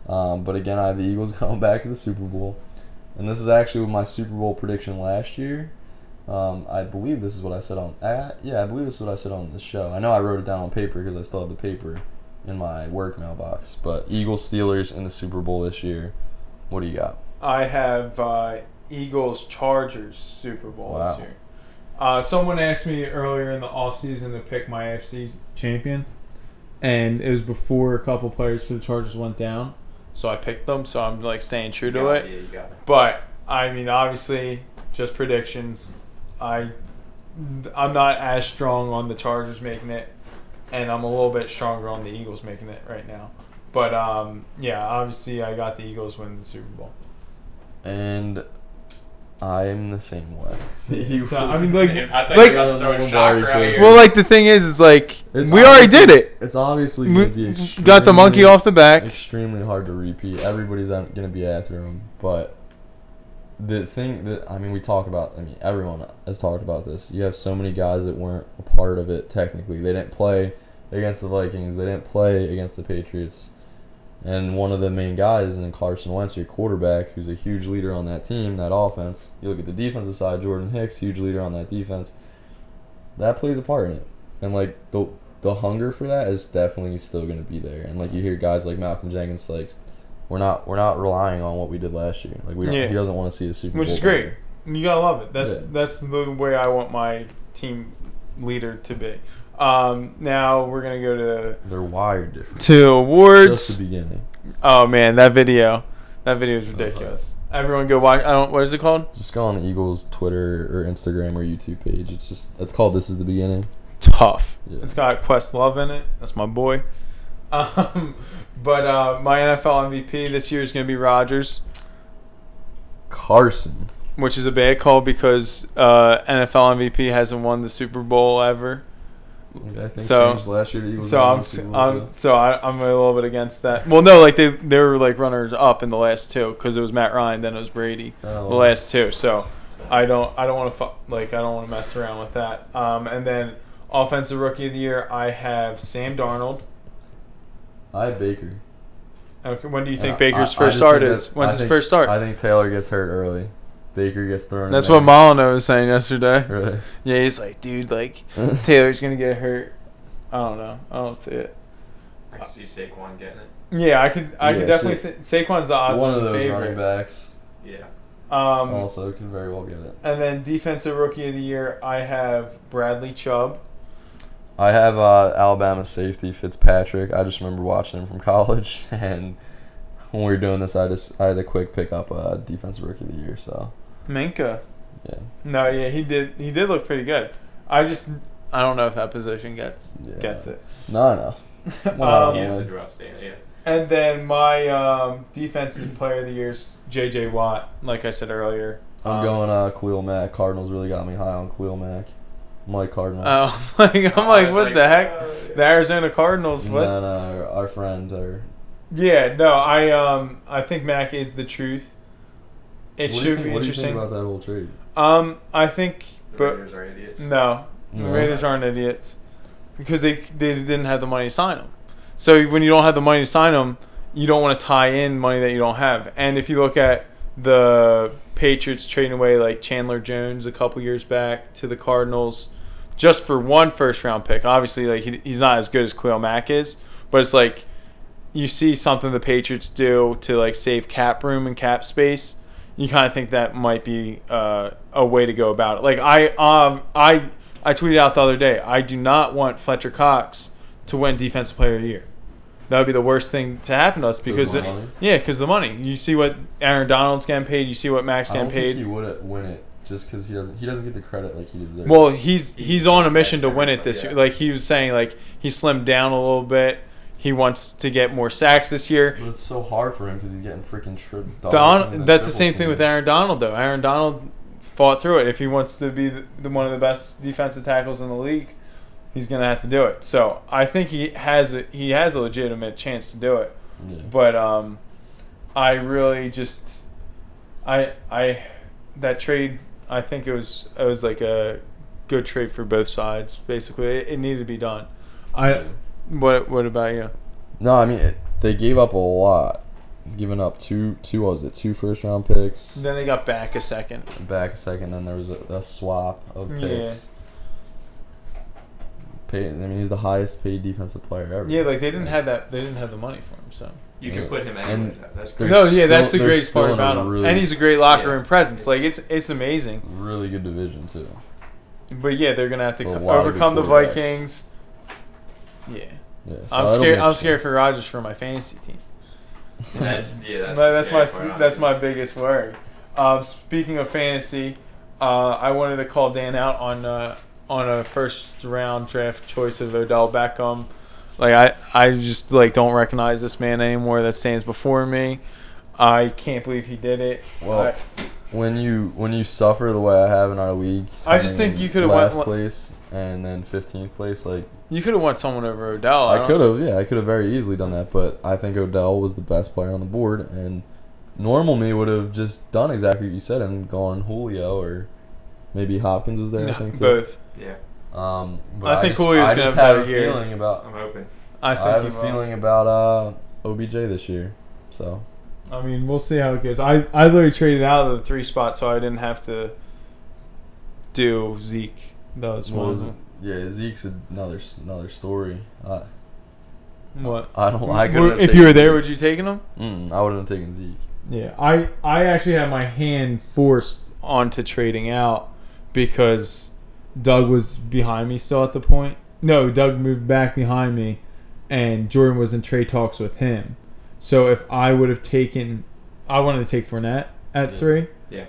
C: Um, but again, I have the Eagles *laughs* going back to the Super Bowl, and this is actually my Super Bowl prediction last year. Um, I believe this is what I said on. Uh, yeah, I believe this is what I said on the show. I know I wrote it down on paper because I still have the paper in my work mailbox. But Eagles, Steelers in the Super Bowl this year. What do you got?
A: I have uh, Eagles Chargers Super Bowl
C: Wow.
A: this year. Uh, someone asked me earlier in the offseason to pick my AFC champion, and it was before a couple players for the Chargers went down. So I picked them, so I'm like staying true to
D: Yeah,
A: it.
D: Yeah, you got it.
A: But I mean, obviously, just predictions. I I'm not as strong on the Chargers making it, and I'm a little bit stronger on the Eagles making it right now. But um, yeah, obviously, I got the Eagles winning the Super Bowl.
C: And I'm the same way. *laughs* The Eagles.
A: So,
C: *laughs*
A: I mean, like,
D: I thought
A: like-
D: you were gonna throw a
C: Like-
D: shocker out here.
C: Well,
A: like the thing is, is like
C: It's obviously- It's obviously going to be extremely,
A: the back.
C: Extremely hard to repeat. Everybody's going to be after him, but the thing that I mean, we talk about. I mean, everyone has talked about this. You have so many guys that weren't a part of it technically. They didn't play against the Vikings. They didn't play against the Patriots. And one of the main guys in Carson Wentz, your quarterback, who's a huge leader on that team, that offense. You look at the defensive side, Jordan Hicks, huge leader on that defense. That plays a part in it. And like the the hunger for that is definitely still gonna be there. And like you hear guys like Malcolm Jenkins like we're not we're not relying on what we did last year. Like we don't,
A: Yeah.
C: he doesn't want to see a Super
A: which
C: Bowl.
A: is great. You gotta love it. That's
C: Yeah.
A: that's the way I want my team leader to be. Um, now we're gonna go to
C: They're wired different.
A: to awards.
C: Just the beginning.
A: Oh man, that video, that video is ridiculous. Everyone go watch. I don't. What is it called?
C: Just go on the Eagles Twitter or Instagram or YouTube page. It's just it's called This Is the Beginning.
A: Tough.
C: Yeah.
A: It's got Questlove in it. That's my boy. *laughs* Um, but uh, my NFL MVP this year is going to be Rodgers,
C: Carson.
A: which is a bad call because uh, NFL MVP hasn't won the Super Bowl ever.
C: I think
A: So-
C: changed last year the Eagles.
A: So
C: won the
A: I'm,
C: Super Bowl, too.
A: I'm so I, I'm a little bit against that. Well, no, like they they were like runners up in the last two because it was Matt Ryan, then it was Brady.
C: Oh.
A: the last two. So I don't I don't want to fu- like I don't want to mess around with that. Um, and then offensive rookie of the year, I have Sam Darnold.
C: I had Baker.
A: Okay, when do you
C: And
A: think
C: I- Uh, I- I
A: Baker's
C: just
A: first
C: think
A: start
C: that-
A: is? When's
C: I
A: his
C: think-
A: first start?
C: I think Taylor gets hurt early. Baker gets thrown. in
A: That's
C: there.
A: what Molino was saying yesterday.
C: Really?
A: Yeah, he's like, dude,
C: *laughs*
A: like Taylor's gonna get hurt. I don't know. I don't see it.
D: I can see Saquon getting it.
A: Yeah, I could. I could
C: Yeah,
A: definitely. say Saquon's the odds
C: One of those running
A: favorite.
C: backs
D: Yeah.
A: Um,
C: also can very well get it.
A: and then defensive rookie of the year, I have Bradley Chubb.
C: I have uh, Alabama safety Fitzpatrick. I just remember watching him from *laughs* college, and when we were doing this, I just I had a quick pick up uh, defensive rookie of the year. So
A: Minka.
C: yeah,
A: No, yeah, he did. He did look pretty good. I just, I don't know if that position gets
C: Yeah.
A: gets it.
C: no, no.
A: *laughs*
C: Well,
A: Um,
D: yeah,
C: man.
D: the drought stand. Yeah.
A: And then my um, defensive player of the year is J.J. Watt. Like I said earlier,
C: I'm
A: Um,
C: going uh, Khalil Mack. Cardinals really got me high on Khalil Mack. I'm like Cardinal.
A: Oh, *laughs* like *laughs* I'm
D: I
A: like,
D: was
A: what
D: like,
A: the heck?
D: uh,
A: The Arizona Cardinals.
C: and
A: What?
C: then uh, our friend, or
A: Yeah, no, I um, I think Mac is the truth. It
C: what do you
A: should
C: think-
A: be
C: what do you think
A: interesting.
C: about that whole trade?
A: Um, I think,
D: The
A: but
D: Raiders are idiots.
A: No, the
C: No.
A: Raiders aren't idiots because they they didn't have the money to sign him. So when you don't have the money to sign him, you don't want to tie in money that you don't have. And if you look at the Patriots trading away like Chandler Jones a couple years back to the Cardinals just for one first round pick. Obviously, like he, he's not as good as Cleo Mack is, but it's like you see something the Patriots do to like save cap room and cap space, you kind of think that might be uh, a way to go about it. Like I um I I tweeted out the other day, I do not want Fletcher Cox to win Defensive Player of the Year. That would be the worst thing to happen to us because
C: the
A: it-
C: money?
A: yeah, because the money. You see what Aaron Donald's getting paid. You see what Max
C: I don't
A: getting paid.
C: think he would win it just because he doesn't. He doesn't get the credit like he deserves.
A: Well, he's he's on a
D: He's
A: mission to
D: actually
A: win it
D: really-
A: this
D: yeah.
A: year. Like he was saying, like he slimmed down a little bit. He wants to get more sacks this year.
C: but it's so hard for him because he's getting freaking tripped.
A: Don, that's the same thing with Aaron Donald though. Aaron Donald fought through it. If he wants to be the, the, one of the best defensive tackles in the league, he's gonna have to do it. So I think he has a, he has a legitimate chance to do it.
C: Yeah.
A: but um, I really just I I that trade I think it was it was like a good trade for both sides. Basically, it, it needed to be done. I what what about you?
C: No, I mean it, they gave up a lot. Giving up two, two what was it two first round picks,
A: Then they got back a second.
C: back a second, then there was a, a swap of
A: Yeah.
C: picks. Payton, I mean, he's the highest paid defensive player ever.
A: Yeah, like they didn't have that. They didn't have the money for him. So
D: You can
C: Yeah.
D: put him
C: And
D: anywhere. That's
C: they're
D: great.
A: no, yeah,
C: still-
A: that's the
C: they're
A: great
C: still
A: part
C: in a
A: about him,
C: really-
A: and he's a great locker
D: Yeah.
A: room presence. Like it's it's amazing.
C: really good division too.
A: But yeah, they're gonna have to
C: A
A: co-
C: lot of good
A: overcome the
C: quarterbacks.
A: Vikings. Yeah,
C: Yeah, so
A: I'm
C: that'll be
A: scared. I'm
C: interesting.
A: scared for Rogers for my fantasy team.
D: That's, yeah, that's,
A: No,
D: the
A: that's
D: scary
A: my
D: part, honestly.
A: that's my biggest worry. Um, speaking of fantasy, uh, I wanted to call Dan out on uh, on a first round draft choice of Odell Beckham. Like I, I just like don't recognize this man anymore that stands before me. I can't believe he did it.
C: Well, when you when you suffer the way I have in our league,
A: I just
C: coming
A: think you could've
C: last
A: went-
C: place and then 15th place. Like
A: you could have won someone over Odell.
C: I could have, yeah, I could have very easily done that, but I think Odell was the best player on the board, and normal me would have just done exactly what you said and gone Julio or maybe Hopkins was there. I think
A: have.
C: too.
A: Both.
D: Yeah,
C: Um, but
A: I think
C: just,
A: Julio's
C: I
A: gonna
C: just
A: have
C: have a
A: better years.
C: feeling about.
D: I'm hoping.
A: I
C: I,
A: think
C: have
A: he
C: a
A: will.
C: feeling about uh, OBJ this year. So
A: I mean, we'll see how it goes. I, I literally traded out of the three spot, so I didn't have to do Zeke. That was one.
C: was yeah, Zeke's another s- another story. I
A: What?
C: I don't. I
A: Were-
C: couldn't.
A: if you were there, would you taken him?
C: Mm, I wouldn't have taken Zeke.
A: Yeah, I I actually had my hand forced onto trading out because Doug was behind me still at the point. No, Doug moved back behind me, and Jordan was in trade talks with him. So if I would have taken, I wanted to take Fournette at
C: Yeah.
A: three.
D: Yeah.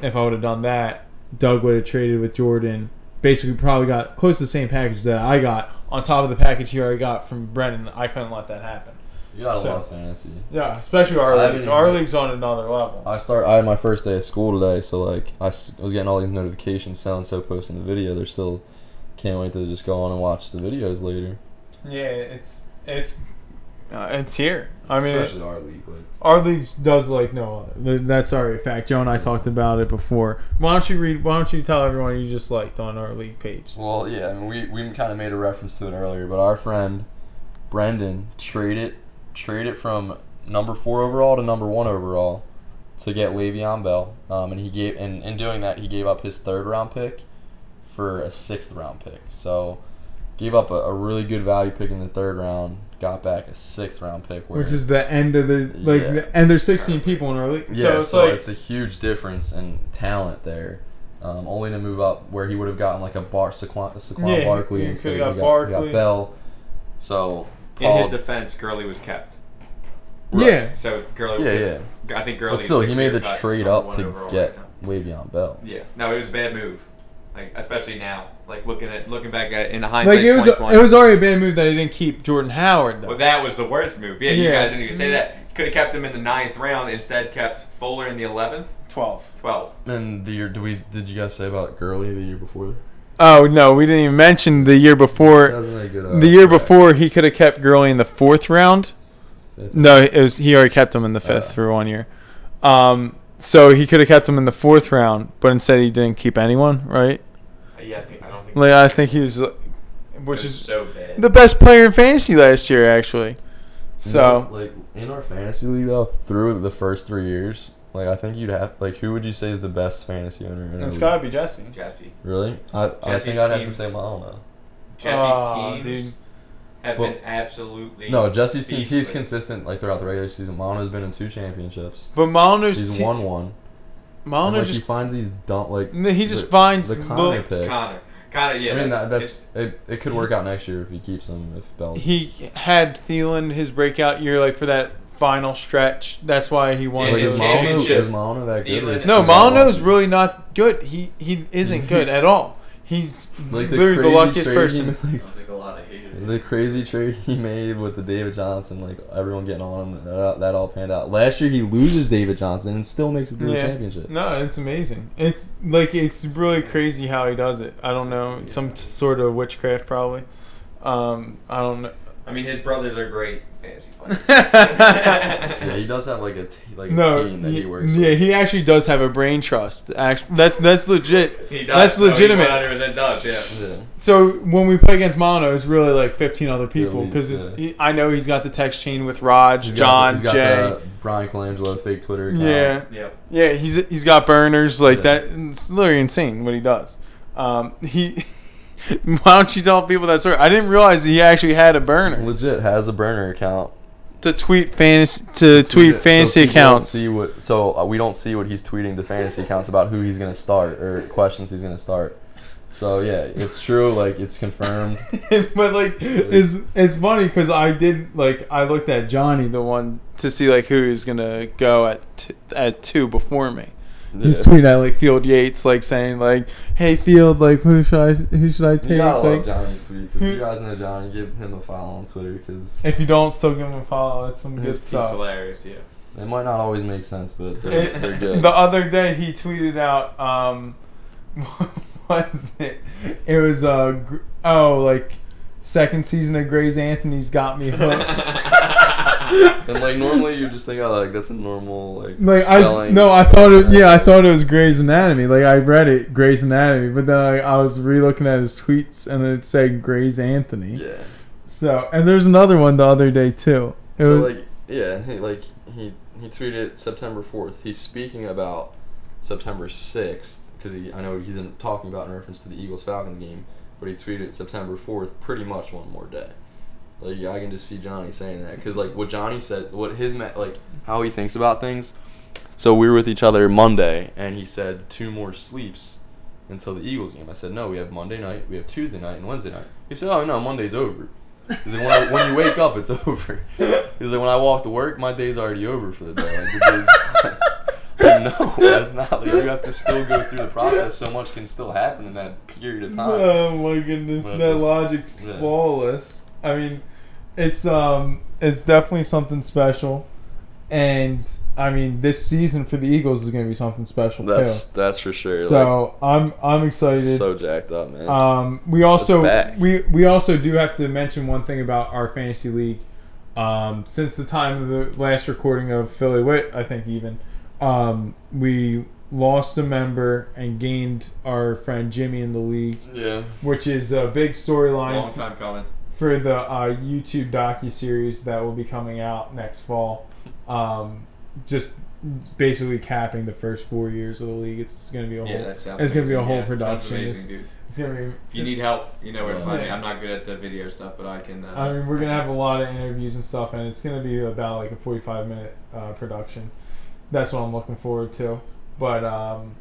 A: If I would have done that, Doug would have traded with Jordan. Basically, probably got close to the same package that I got on top of the package he already got from Brennan. I couldn't let that happen.
C: You got a
A: So-
C: lot of fantasy.
A: Yeah, especially our
C: So I
A: league.
C: haven't
A: Our
C: even-
A: league's on another level.
C: I start. I had my first day of school today, so like I s- was getting all these notifications. So and so posting the video. They're still can't wait to just go on and watch the videos later.
A: Yeah, it's it's uh, it's here. I mean,
C: our league. Like,
A: our league does like no. other. Th- That's already a fact. Joe and I talked about it before. Why don't you read? Why don't you tell everyone you just liked on our league page?
C: well, yeah. I mean, we we kind of made a reference to it earlier, but our friend Brendan traded traded from number four overall to number one overall to get Le'Veon Bell. Um, and he gave and in doing that he gave up his third round pick for a sixth round pick. So gave up a, a really good value pick in the third round, got back a sixth round pick where
A: Which is the end of the like,
C: Yeah.
A: the, and there's 16 people in our league,
C: yeah,
A: so
C: so,
A: it's like
C: it's a huge difference in talent there. Um, only to move up where he would have gotten like a Bar Saquon, Saquon
A: Yeah,
C: Barkley
A: he
C: instead of
A: could've
C: he
A: got
C: got, he
A: Barkley.
C: got Bell. So
D: In his
C: Paul,
D: defense, Gurley was kept.
A: yeah.
D: So Gurley.
C: yeah,
D: was,
C: yeah.
D: I think Gurley.
C: But
D: is
C: still, he made the
D: clear-cut
C: trade
D: number
C: up
D: one
C: to
D: overall
C: get
D: right now.
C: Le'Veon Bell.
D: yeah, no, it was a bad move. Like especially now, like looking at looking back at it in hindsight.
A: Like it was, it
D: 2020.
A: was already a bad move that he didn't keep Jordan Howard. Though.
D: Well, that was the worst move. Yeah, you
A: Yeah.
D: guys didn't even say that. Could have kept him in the ninth round. Instead, kept Fuller in the eleventh,
A: 12.
D: twelfth.
C: And the year, do we did you guys say about Gurley the year before?
A: Oh no, we didn't even mention the year before.
C: uh,
A: The year before he could have kept Gurley in the fourth round. No, it was he already kept him in the fifth
C: Uh.
A: for one year. Um, so he could have kept him in the fourth round, but instead he didn't keep anyone. Right?
D: Uh, Yeah, I, think, I don't think.
A: Like I think he was, like, which
D: it was
A: is
D: so bad.
A: the best player in fantasy last year, actually. So
C: like in our fantasy league though, through the first three years, like I think you'd have like who would you say is the best fantasy owner? In our
A: it's
C: league?
A: gotta be Jesse.
D: Jesse.
C: Really? I, I
D: Jesse's
C: think I'd have to
D: teams.
C: say Milano.
D: Jesse's
A: Aw,
D: teams
A: dude.
D: have
C: But-
D: been absolutely.
C: No, Jesse's team. He's
D: beastly.
C: consistent like throughout the regular season. Milano's been in two championships.
A: But Molyneux,
C: He's
A: te-
C: won one. And,
A: Molyneux
C: like, he
A: just
C: finds these dumb like.
A: n- he just
C: the-
A: finds
C: the
A: the-
C: Connor pick.
D: Connor. Connor. Yeah.
C: I mean
D: that's,
C: that, that's it, it. could work out next year if he keeps him if Bell.
A: he had Thielen his breakout year, like for that final stretch. That's why he won.
D: Yeah,
C: like,
D: his
C: is
A: those-
C: Milano
D: championship.
C: is Milano that good? or
D: Thielen.
C: is
A: No,
C: he
A: Molyneux's really not good. He he isn't good
C: He's-
A: at all. He's
C: like the
A: literally the
C: crazy
A: luckiest
C: trade he *laughs*
A: person. *laughs*
C: made-
D: sounds like a lot of haters.
C: the crazy trade he made with the David Johnson, like everyone getting on him, that, that all panned out. Last year he loses David Johnson and still makes it to the
A: Yeah.
C: championship.
A: No, it's amazing. It's like it's really crazy
C: *laughs*
A: how he does it. I don't know, some sort of witchcraft probably. Um, I don't know.
D: I mean, his brothers are great fantasy players.
A: *laughs*
D: *laughs*
C: Yeah, he does have like a t- like a
A: No,
C: team that
A: he-
C: he works.
A: yeah,
C: with.
A: he actually does have a brain trust. Act- That's that's legit.
D: He
A: That's
D: No, he
A: legitimate.
D: 100% does, yeah.
C: Yeah.
A: So when we play against Mono, it's really like 15 other people
C: least,
A: because
C: yeah.
A: I know he's got the text chain with Raj,
C: He's got-
A: John,
C: he's got
A: Jay.
C: the Brian Colangelo fake Twitter. Account.
A: *laughs* yeah,
D: Yep.
A: yeah, he's he's got burners like
C: Yeah.
A: that. It's literally insane what he does. Um, he. *laughs* Why don't you tell people that story? I didn't realize he actually had a burner
C: legit has a burner account.
A: to tweet fantasy to tweet
C: it, so
A: fantasy
C: people don't
A: accounts.
C: See what? So uh, we don't see what he's tweeting to fantasy accounts about who he's gonna start or questions he's gonna start. So yeah, it's true. Like it's confirmed.
A: but like it's it's funny because I did like I looked at Johnny the one to see like who was gonna go at t- at two before me. *laughs* He's
C: Yeah.
A: tweeting at like Field Yates like saying like Hey Field like who should I who should I
C: You
A: take?
C: gotta love
A: Like,
C: Johnny's tweets. If
A: Hmm.
C: you guys know Johnny, give him a follow on Twitter because
A: if you don't, still give him a follow. It's some good
C: He's- he's
D: He's
A: stuff.
D: hilarious, yeah.
C: they might not always make sense, but they're,
A: It- *laughs*
C: they're good.
A: the other day he tweeted out um *laughs* what was it it was uh gr- oh like second season of Grey's Anthony's got me hooked.
C: *laughs* and like normally you just think, oh, like that's a normal like.
A: Like I
C: spelling.
A: no, I thought it. Yeah, I thought it was Grey's Anatomy. Like I read it Grey's Anatomy, but then I, I was re-looking at his tweets and it said Grey's Anthony.
C: Yeah.
A: So and there's another one the other day too. It
C: So
A: was-
C: like yeah, and he like he he tweeted September fourth. He's speaking about September sixth because he I know he's in, talking about in reference to the Eagles Falcons game, but he tweeted September fourth, pretty much one more day. Like yeah, I can just see Johnny saying that because like what Johnny said, what his ma- like how he thinks about things. So we were with each other Monday, and he said two more sleeps until the Eagles game. I said no, we have Monday night, we have Tuesday night, and Wednesday night. He said oh no, Monday's over. He's like, when, I, when you wake up, it's *laughs* over. He's like, when I walk to work, my day's already over for the day. *laughs* Like, the day's done. Like, no, that's not. Like, you have to still go through the process. So much can still happen in that period of time.
A: *laughs* oh my goodness,
C: But Uh, it's
A: that
C: just-
A: logic's
C: yeah.
A: flawless. I mean, it's um, it's definitely something special, and I mean, this season for the Eagles is going to be something special
E: That's
A: too.
E: that's for sure.
A: So I'm I'm
E: like,
A: excited.
E: so jacked up, man.
A: Um, we also
E: back.
A: we we also do have to mention one thing about our fantasy league. Um, since the time of the last recording of Philly Wit, I think even um, we lost a member and gained our friend Jimmy in the league,
C: Yeah.
A: which is a big storyline
D: Long time coming.
A: for the uh, YouTube docu series that will be coming out next
D: *laughs*
A: fall. Um, just basically capping the first four years of the league. It's going to be a whole.
D: Yeah, that sounds
A: It's gonna be a
D: amazing.
A: whole
D: Yeah, sounds
A: production.
D: amazing,
A: It's-
D: dude.
A: It's going to be.
D: If you need help, you know where to
C: Yeah.
D: find me. I'm not good at the video stuff, but I can. Uh,
A: I mean, we're gonna have a lot of interviews and stuff, and it's gonna be about like a forty-five minute uh, production. That's what I'm looking forward to. But um,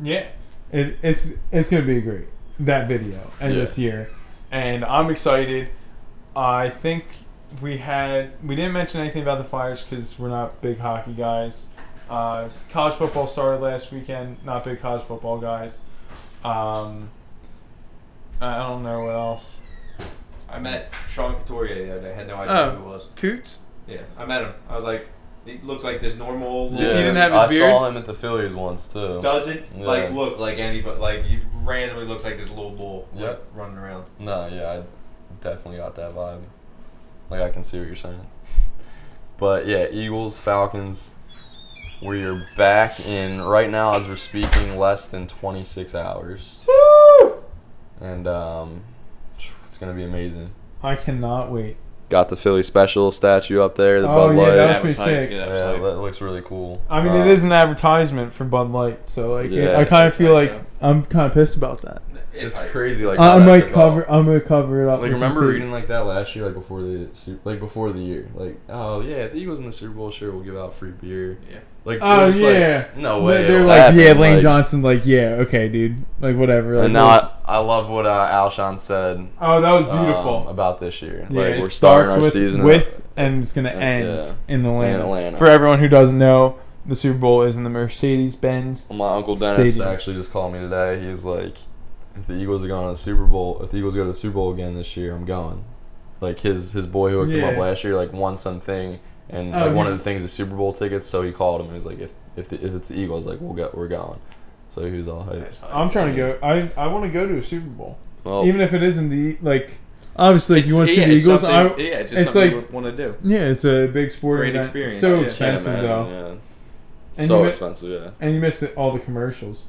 A: yeah, it, it's it's gonna be great that video and
C: Yeah.
A: this year, and I'm excited. I think we had we didn't mention anything about the Flyers because we're not big hockey guys. Uh, college football started last weekend. Not big college football guys. Um, I don't know what else.
D: I met Sean Couturier the other day. I had no idea
A: Oh.
D: who he was.
A: Coots.
D: Yeah, I met him. I was like, he looks like this normal.
C: yeah.
A: He didn't have his
C: I
A: beard?
C: saw him at the Phillies once too.
D: Doesn't
C: Yeah.
D: like look like anybody. Like he randomly looks like this little bull. like,
C: Yep.
D: running around.
C: No, yeah, I definitely got that vibe. Like I can see what you're saying. *laughs* But yeah, Eagles, Falcons, we are back in right now as we're speaking less than 26 hours. And um it's going to be amazing.
A: I cannot wait.
E: Got the Philly special statue up there. The
A: Oh,
E: Bud
A: yeah,
E: Light.
A: that was
D: That
A: pretty
D: was hype.
A: sick.
D: Yeah, that was
C: Yeah,
D: hype.
C: that looks really cool.
A: I mean,
C: Um,
A: it is an advertisement for Bud Light, so like, it-
E: Yeah.
A: I kind of feel like
D: Yeah.
A: I'm kind of pissed about that.
C: It's
D: hype.
C: crazy. Like how
A: I, I
C: that's
A: might
C: evolved.
A: cover. I'm gonna cover it up.
C: Like
A: with some
C: remember
A: food.
C: reading like that last year, like before the Su- like before the year, like oh yeah, if the Eagles in the Super Bowl, sure we'll give out free beer.
D: Yeah.
C: Like it
A: Oh
C: was, like,
A: yeah.
C: no
A: They-
C: way.
A: They're
C: it'll
A: like,
E: happen,
A: yeah, Lane
E: like-
A: Johnson. Like, yeah, okay, dude. Like, whatever. Like,
C: And now
A: we'll-
C: I, I love what uh, Alshon said
A: oh, that was
C: um,
A: beautiful.
C: about this year.
A: yeah,
E: like,
A: it
E: we're starting
A: starts
E: our
A: with
E: season
A: with, and it's gonna
E: uh,
A: end
E: yeah,
A: in Atlanta.
E: Atlanta.
A: For everyone who doesn't know, the Super Bowl is in the Mercedes Benz.
E: My uncle Dennis.
A: Stadium.
C: Like, actually just called me today. He was like, if the Eagles are going to the Super Bowl, if the Eagles go to the Super Bowl again this year, I'm going. Like his his boy who hooked him up
A: Yeah.
C: last year, like won something, and
A: Oh,
C: like one
A: he-
C: of the things is Super Bowl tickets. So he called him and he was like, if if, the, if it's the Eagles, like we'll go, we're going. So he was all hyped.
D: That's hype.
C: Oh.
A: I'm trying to go. I I want to go to a Super Bowl,
E: Well,
A: even if it isn't the like. obviously, if
D: It's-
A: you want to see
D: yeah,
A: the
D: it's
A: Eagles, I,
D: something- yeah, it's just
A: it's
D: something
A: like-
D: you want to do.
A: yeah, it's a big sporting
D: Great
A: event.
D: experience,
A: So
D: yeah.
F: Can't
A: expensive
F: imagine,
A: though,
F: yeah.
A: And
F: so
A: you mi-
F: expensive, yeah.
A: and you missed the, all the commercials.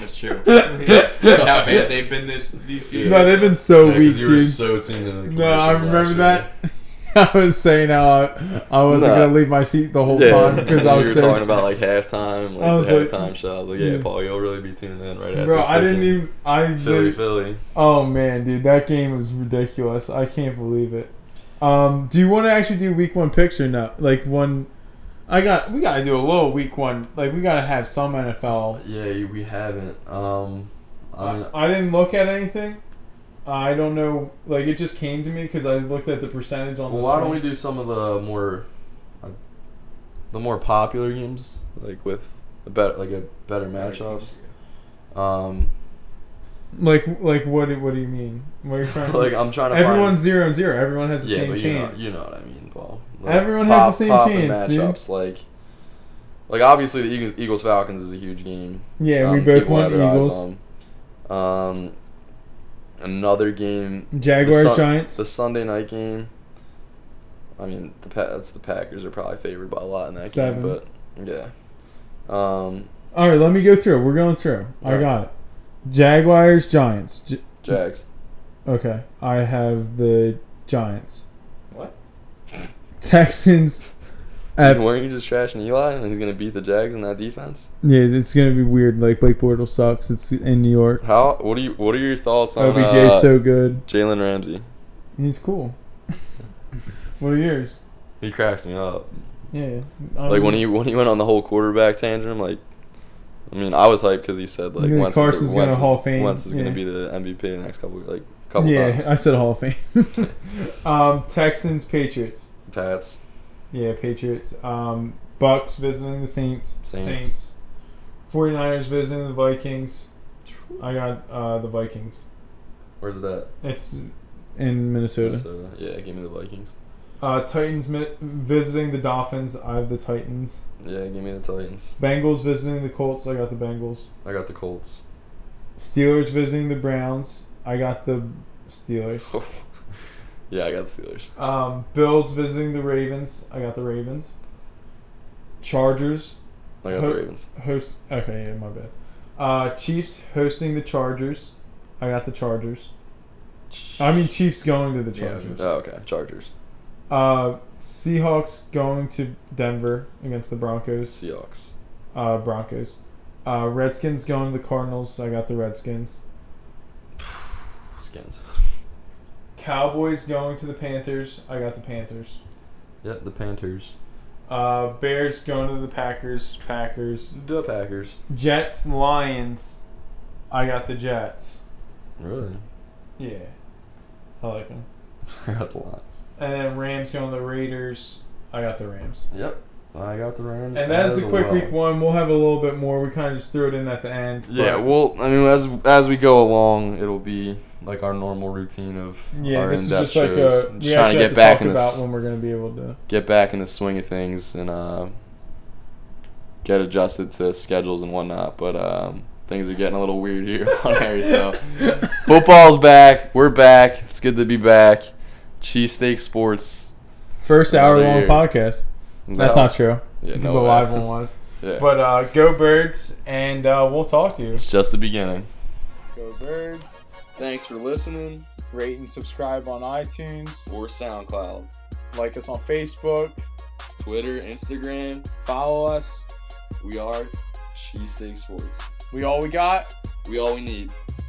D: That's true.
A: *laughs*
D: *laughs*
C: *laughs*
D: How bad they've been this these years.
A: No, they've been so weak,
C: you were
A: dude.
C: so tuned into the
A: no, I
C: commercials
A: remember
C: last
A: that. *laughs* I was saying how I, I wasn't
F: Nah.
A: gonna leave my seat the whole time because
F: *laughs*
A: I
F: you
A: was
F: were
A: so
F: talking about like halftime,
A: I
F: like
A: was
F: the
A: like-
F: halftime show. I was like, yeah,
A: Yeah.
F: Paul, you'll really be tuning in right after.
A: Bro, I didn't
F: freaking
A: even. I
F: Philly,
A: lit-
F: Philly.
A: oh man, dude, that game was ridiculous. I can't believe it. Um, do you want to actually do week one picks or not? Like one, I got. We gotta do a little week one. Like we gotta have some NFL.
C: year. Yeah, you- we haven't. Um, I mean,
A: I, I didn't look at anything. I don't know. Like it just came to me because I looked at the percentage on.
C: well,
A: the
C: why don't
A: screen.
C: we do some of the more, uh, the more popular games, like with a better, like a better matchups. Um, *laughs*
A: Like like what do- what do you mean? What are you
C: *laughs*
A: trying?
C: like I'm trying to.
A: everyone's zero and zero. Everyone has
C: find,
A: the
C: yeah,
A: same
C: but you know,
A: chance.
C: you know what I mean, Paul.
A: Everyone has the same
C: popping
A: chance, dude.
C: matchups, like, like obviously the Eagles, Eagles Falcons is a huge game.
A: yeah, we
C: um,
A: both
C: people
A: want
C: have their eyes
A: Eagles,
C: on. Um, another game
A: Jaguars,
C: The Sun-
A: Giants.
C: The Sunday night game. I mean, the pa- that's the Packers are probably favored by a lot in that
A: Seven.
C: game, but yeah. Um,
A: All right, let me go through. We're going through.
C: All
A: I
C: right.
A: got it. Jaguars, Giants. J-
C: Jags.
A: okay, I have the Giants.
D: What?
A: Texans.
C: I
A: At,
C: mean, weren't you just trashing Eli and he's gonna beat the Jags in that defense?
A: yeah, it's gonna be weird. Like Blake Bortles sucks. It's in New York.
C: How? What do you? What are your thoughts on
A: OBJ
C: uh,
A: so good.
C: Jalen Ramsey?
A: He's cool. *laughs* what are yours?
C: He cracks me up.
A: Yeah. I'm-
C: Like when he when he went on the whole quarterback tantrum. Like, I mean, I was hyped because he said like
A: And then
C: Wentz
A: Carson's
C: is,
A: gonna
C: Wentz
A: Hall
C: is,
A: of Fame,
C: Wentz is
A: yeah.
C: gonna be the MVP the next couple like couple
A: Yeah, uh,
C: times.
A: I said Hall of Fame. *laughs* um, Texans, Patriots.
C: Pats.
A: Yeah, Patriots. Um, Bucks visiting the Saints.
C: Saints.
A: 49ers visiting the Vikings. I got uh, the Vikings.
C: Where's it at?
A: It's in Minnesota.
C: Minnesota. Yeah, give me the Vikings.
A: Uh, Titans mi- visiting the Dolphins. I have the Titans.
C: Yeah, give me the Titans.
A: Bengals visiting the Colts. I got the Bengals.
C: I got the Colts.
A: Steelers visiting the Browns. I got the Steelers.
C: yeah, I got the Steelers.
A: Um, Bills visiting the Ravens. I got the Ravens. Chargers
C: I got
A: Who-
C: the Ravens.
A: host. Okay, yeah, my bad. Uh, Chiefs hosting the Chargers. I got the Chargers. I mean, Chiefs going to the
D: Yeah,
A: Chargers.
C: Oh, okay. Chargers.
A: Uh, Seahawks going to Denver against the Broncos.
C: Seahawks.
A: Uh, Broncos. Uh, Redskins going to the Cardinals. I got the Redskins.
C: Skins.
A: Cowboys going to the Panthers. I got the Panthers.
C: Yep, the Panthers.
A: Uh, Bears going to the Packers. Packers.
C: The Packers.
A: Jets Lions. I got the Jets.
C: Really? *laughs*
A: Yeah, I like them.
C: I got the Lions.
A: And then Rams going to the Raiders. I got the Rams.
C: Yep. I got the Rams.
A: And that's
C: as
A: a quick
C: well.
A: week one. We'll have a little bit more. We kind of just threw it in at the end. but-
C: Yeah, well, I mean, as as we go along, it'll be like our normal routine of
A: yeah.
C: our
A: This is
C: in-depth
A: just like a
C: shows. Just
A: we actually
C: trying to
A: have
C: get
A: to
C: back
A: talk
C: in the
A: about
C: s-
A: when we're going to be able
C: *laughs*
A: to.
C: get back in the swing of things and uh, get adjusted to schedules and whatnot. But um, things are getting a little weird here *laughs* on air. So football's back. We're back. It's good to be back. Cheesesteak Sports.
A: *laughs* First hour
C: Another
A: long
C: year.
A: podcast.
C: is
A: That's
C: out.
A: not true.
C: Yeah,
A: the
C: no way. *laughs*
A: live one was.
C: Yeah.
A: But uh, go birds, and uh, we'll talk to you.
C: it's just the beginning.
A: Go birds.
C: Thanks for listening.
A: Rate and subscribe on iTunes.
C: Or SoundCloud,
A: Like us on Facebook.
C: Twitter, Instagram.
A: Follow us.
C: We are Cheesesteak Sports.
A: We all we got.
C: We all we need.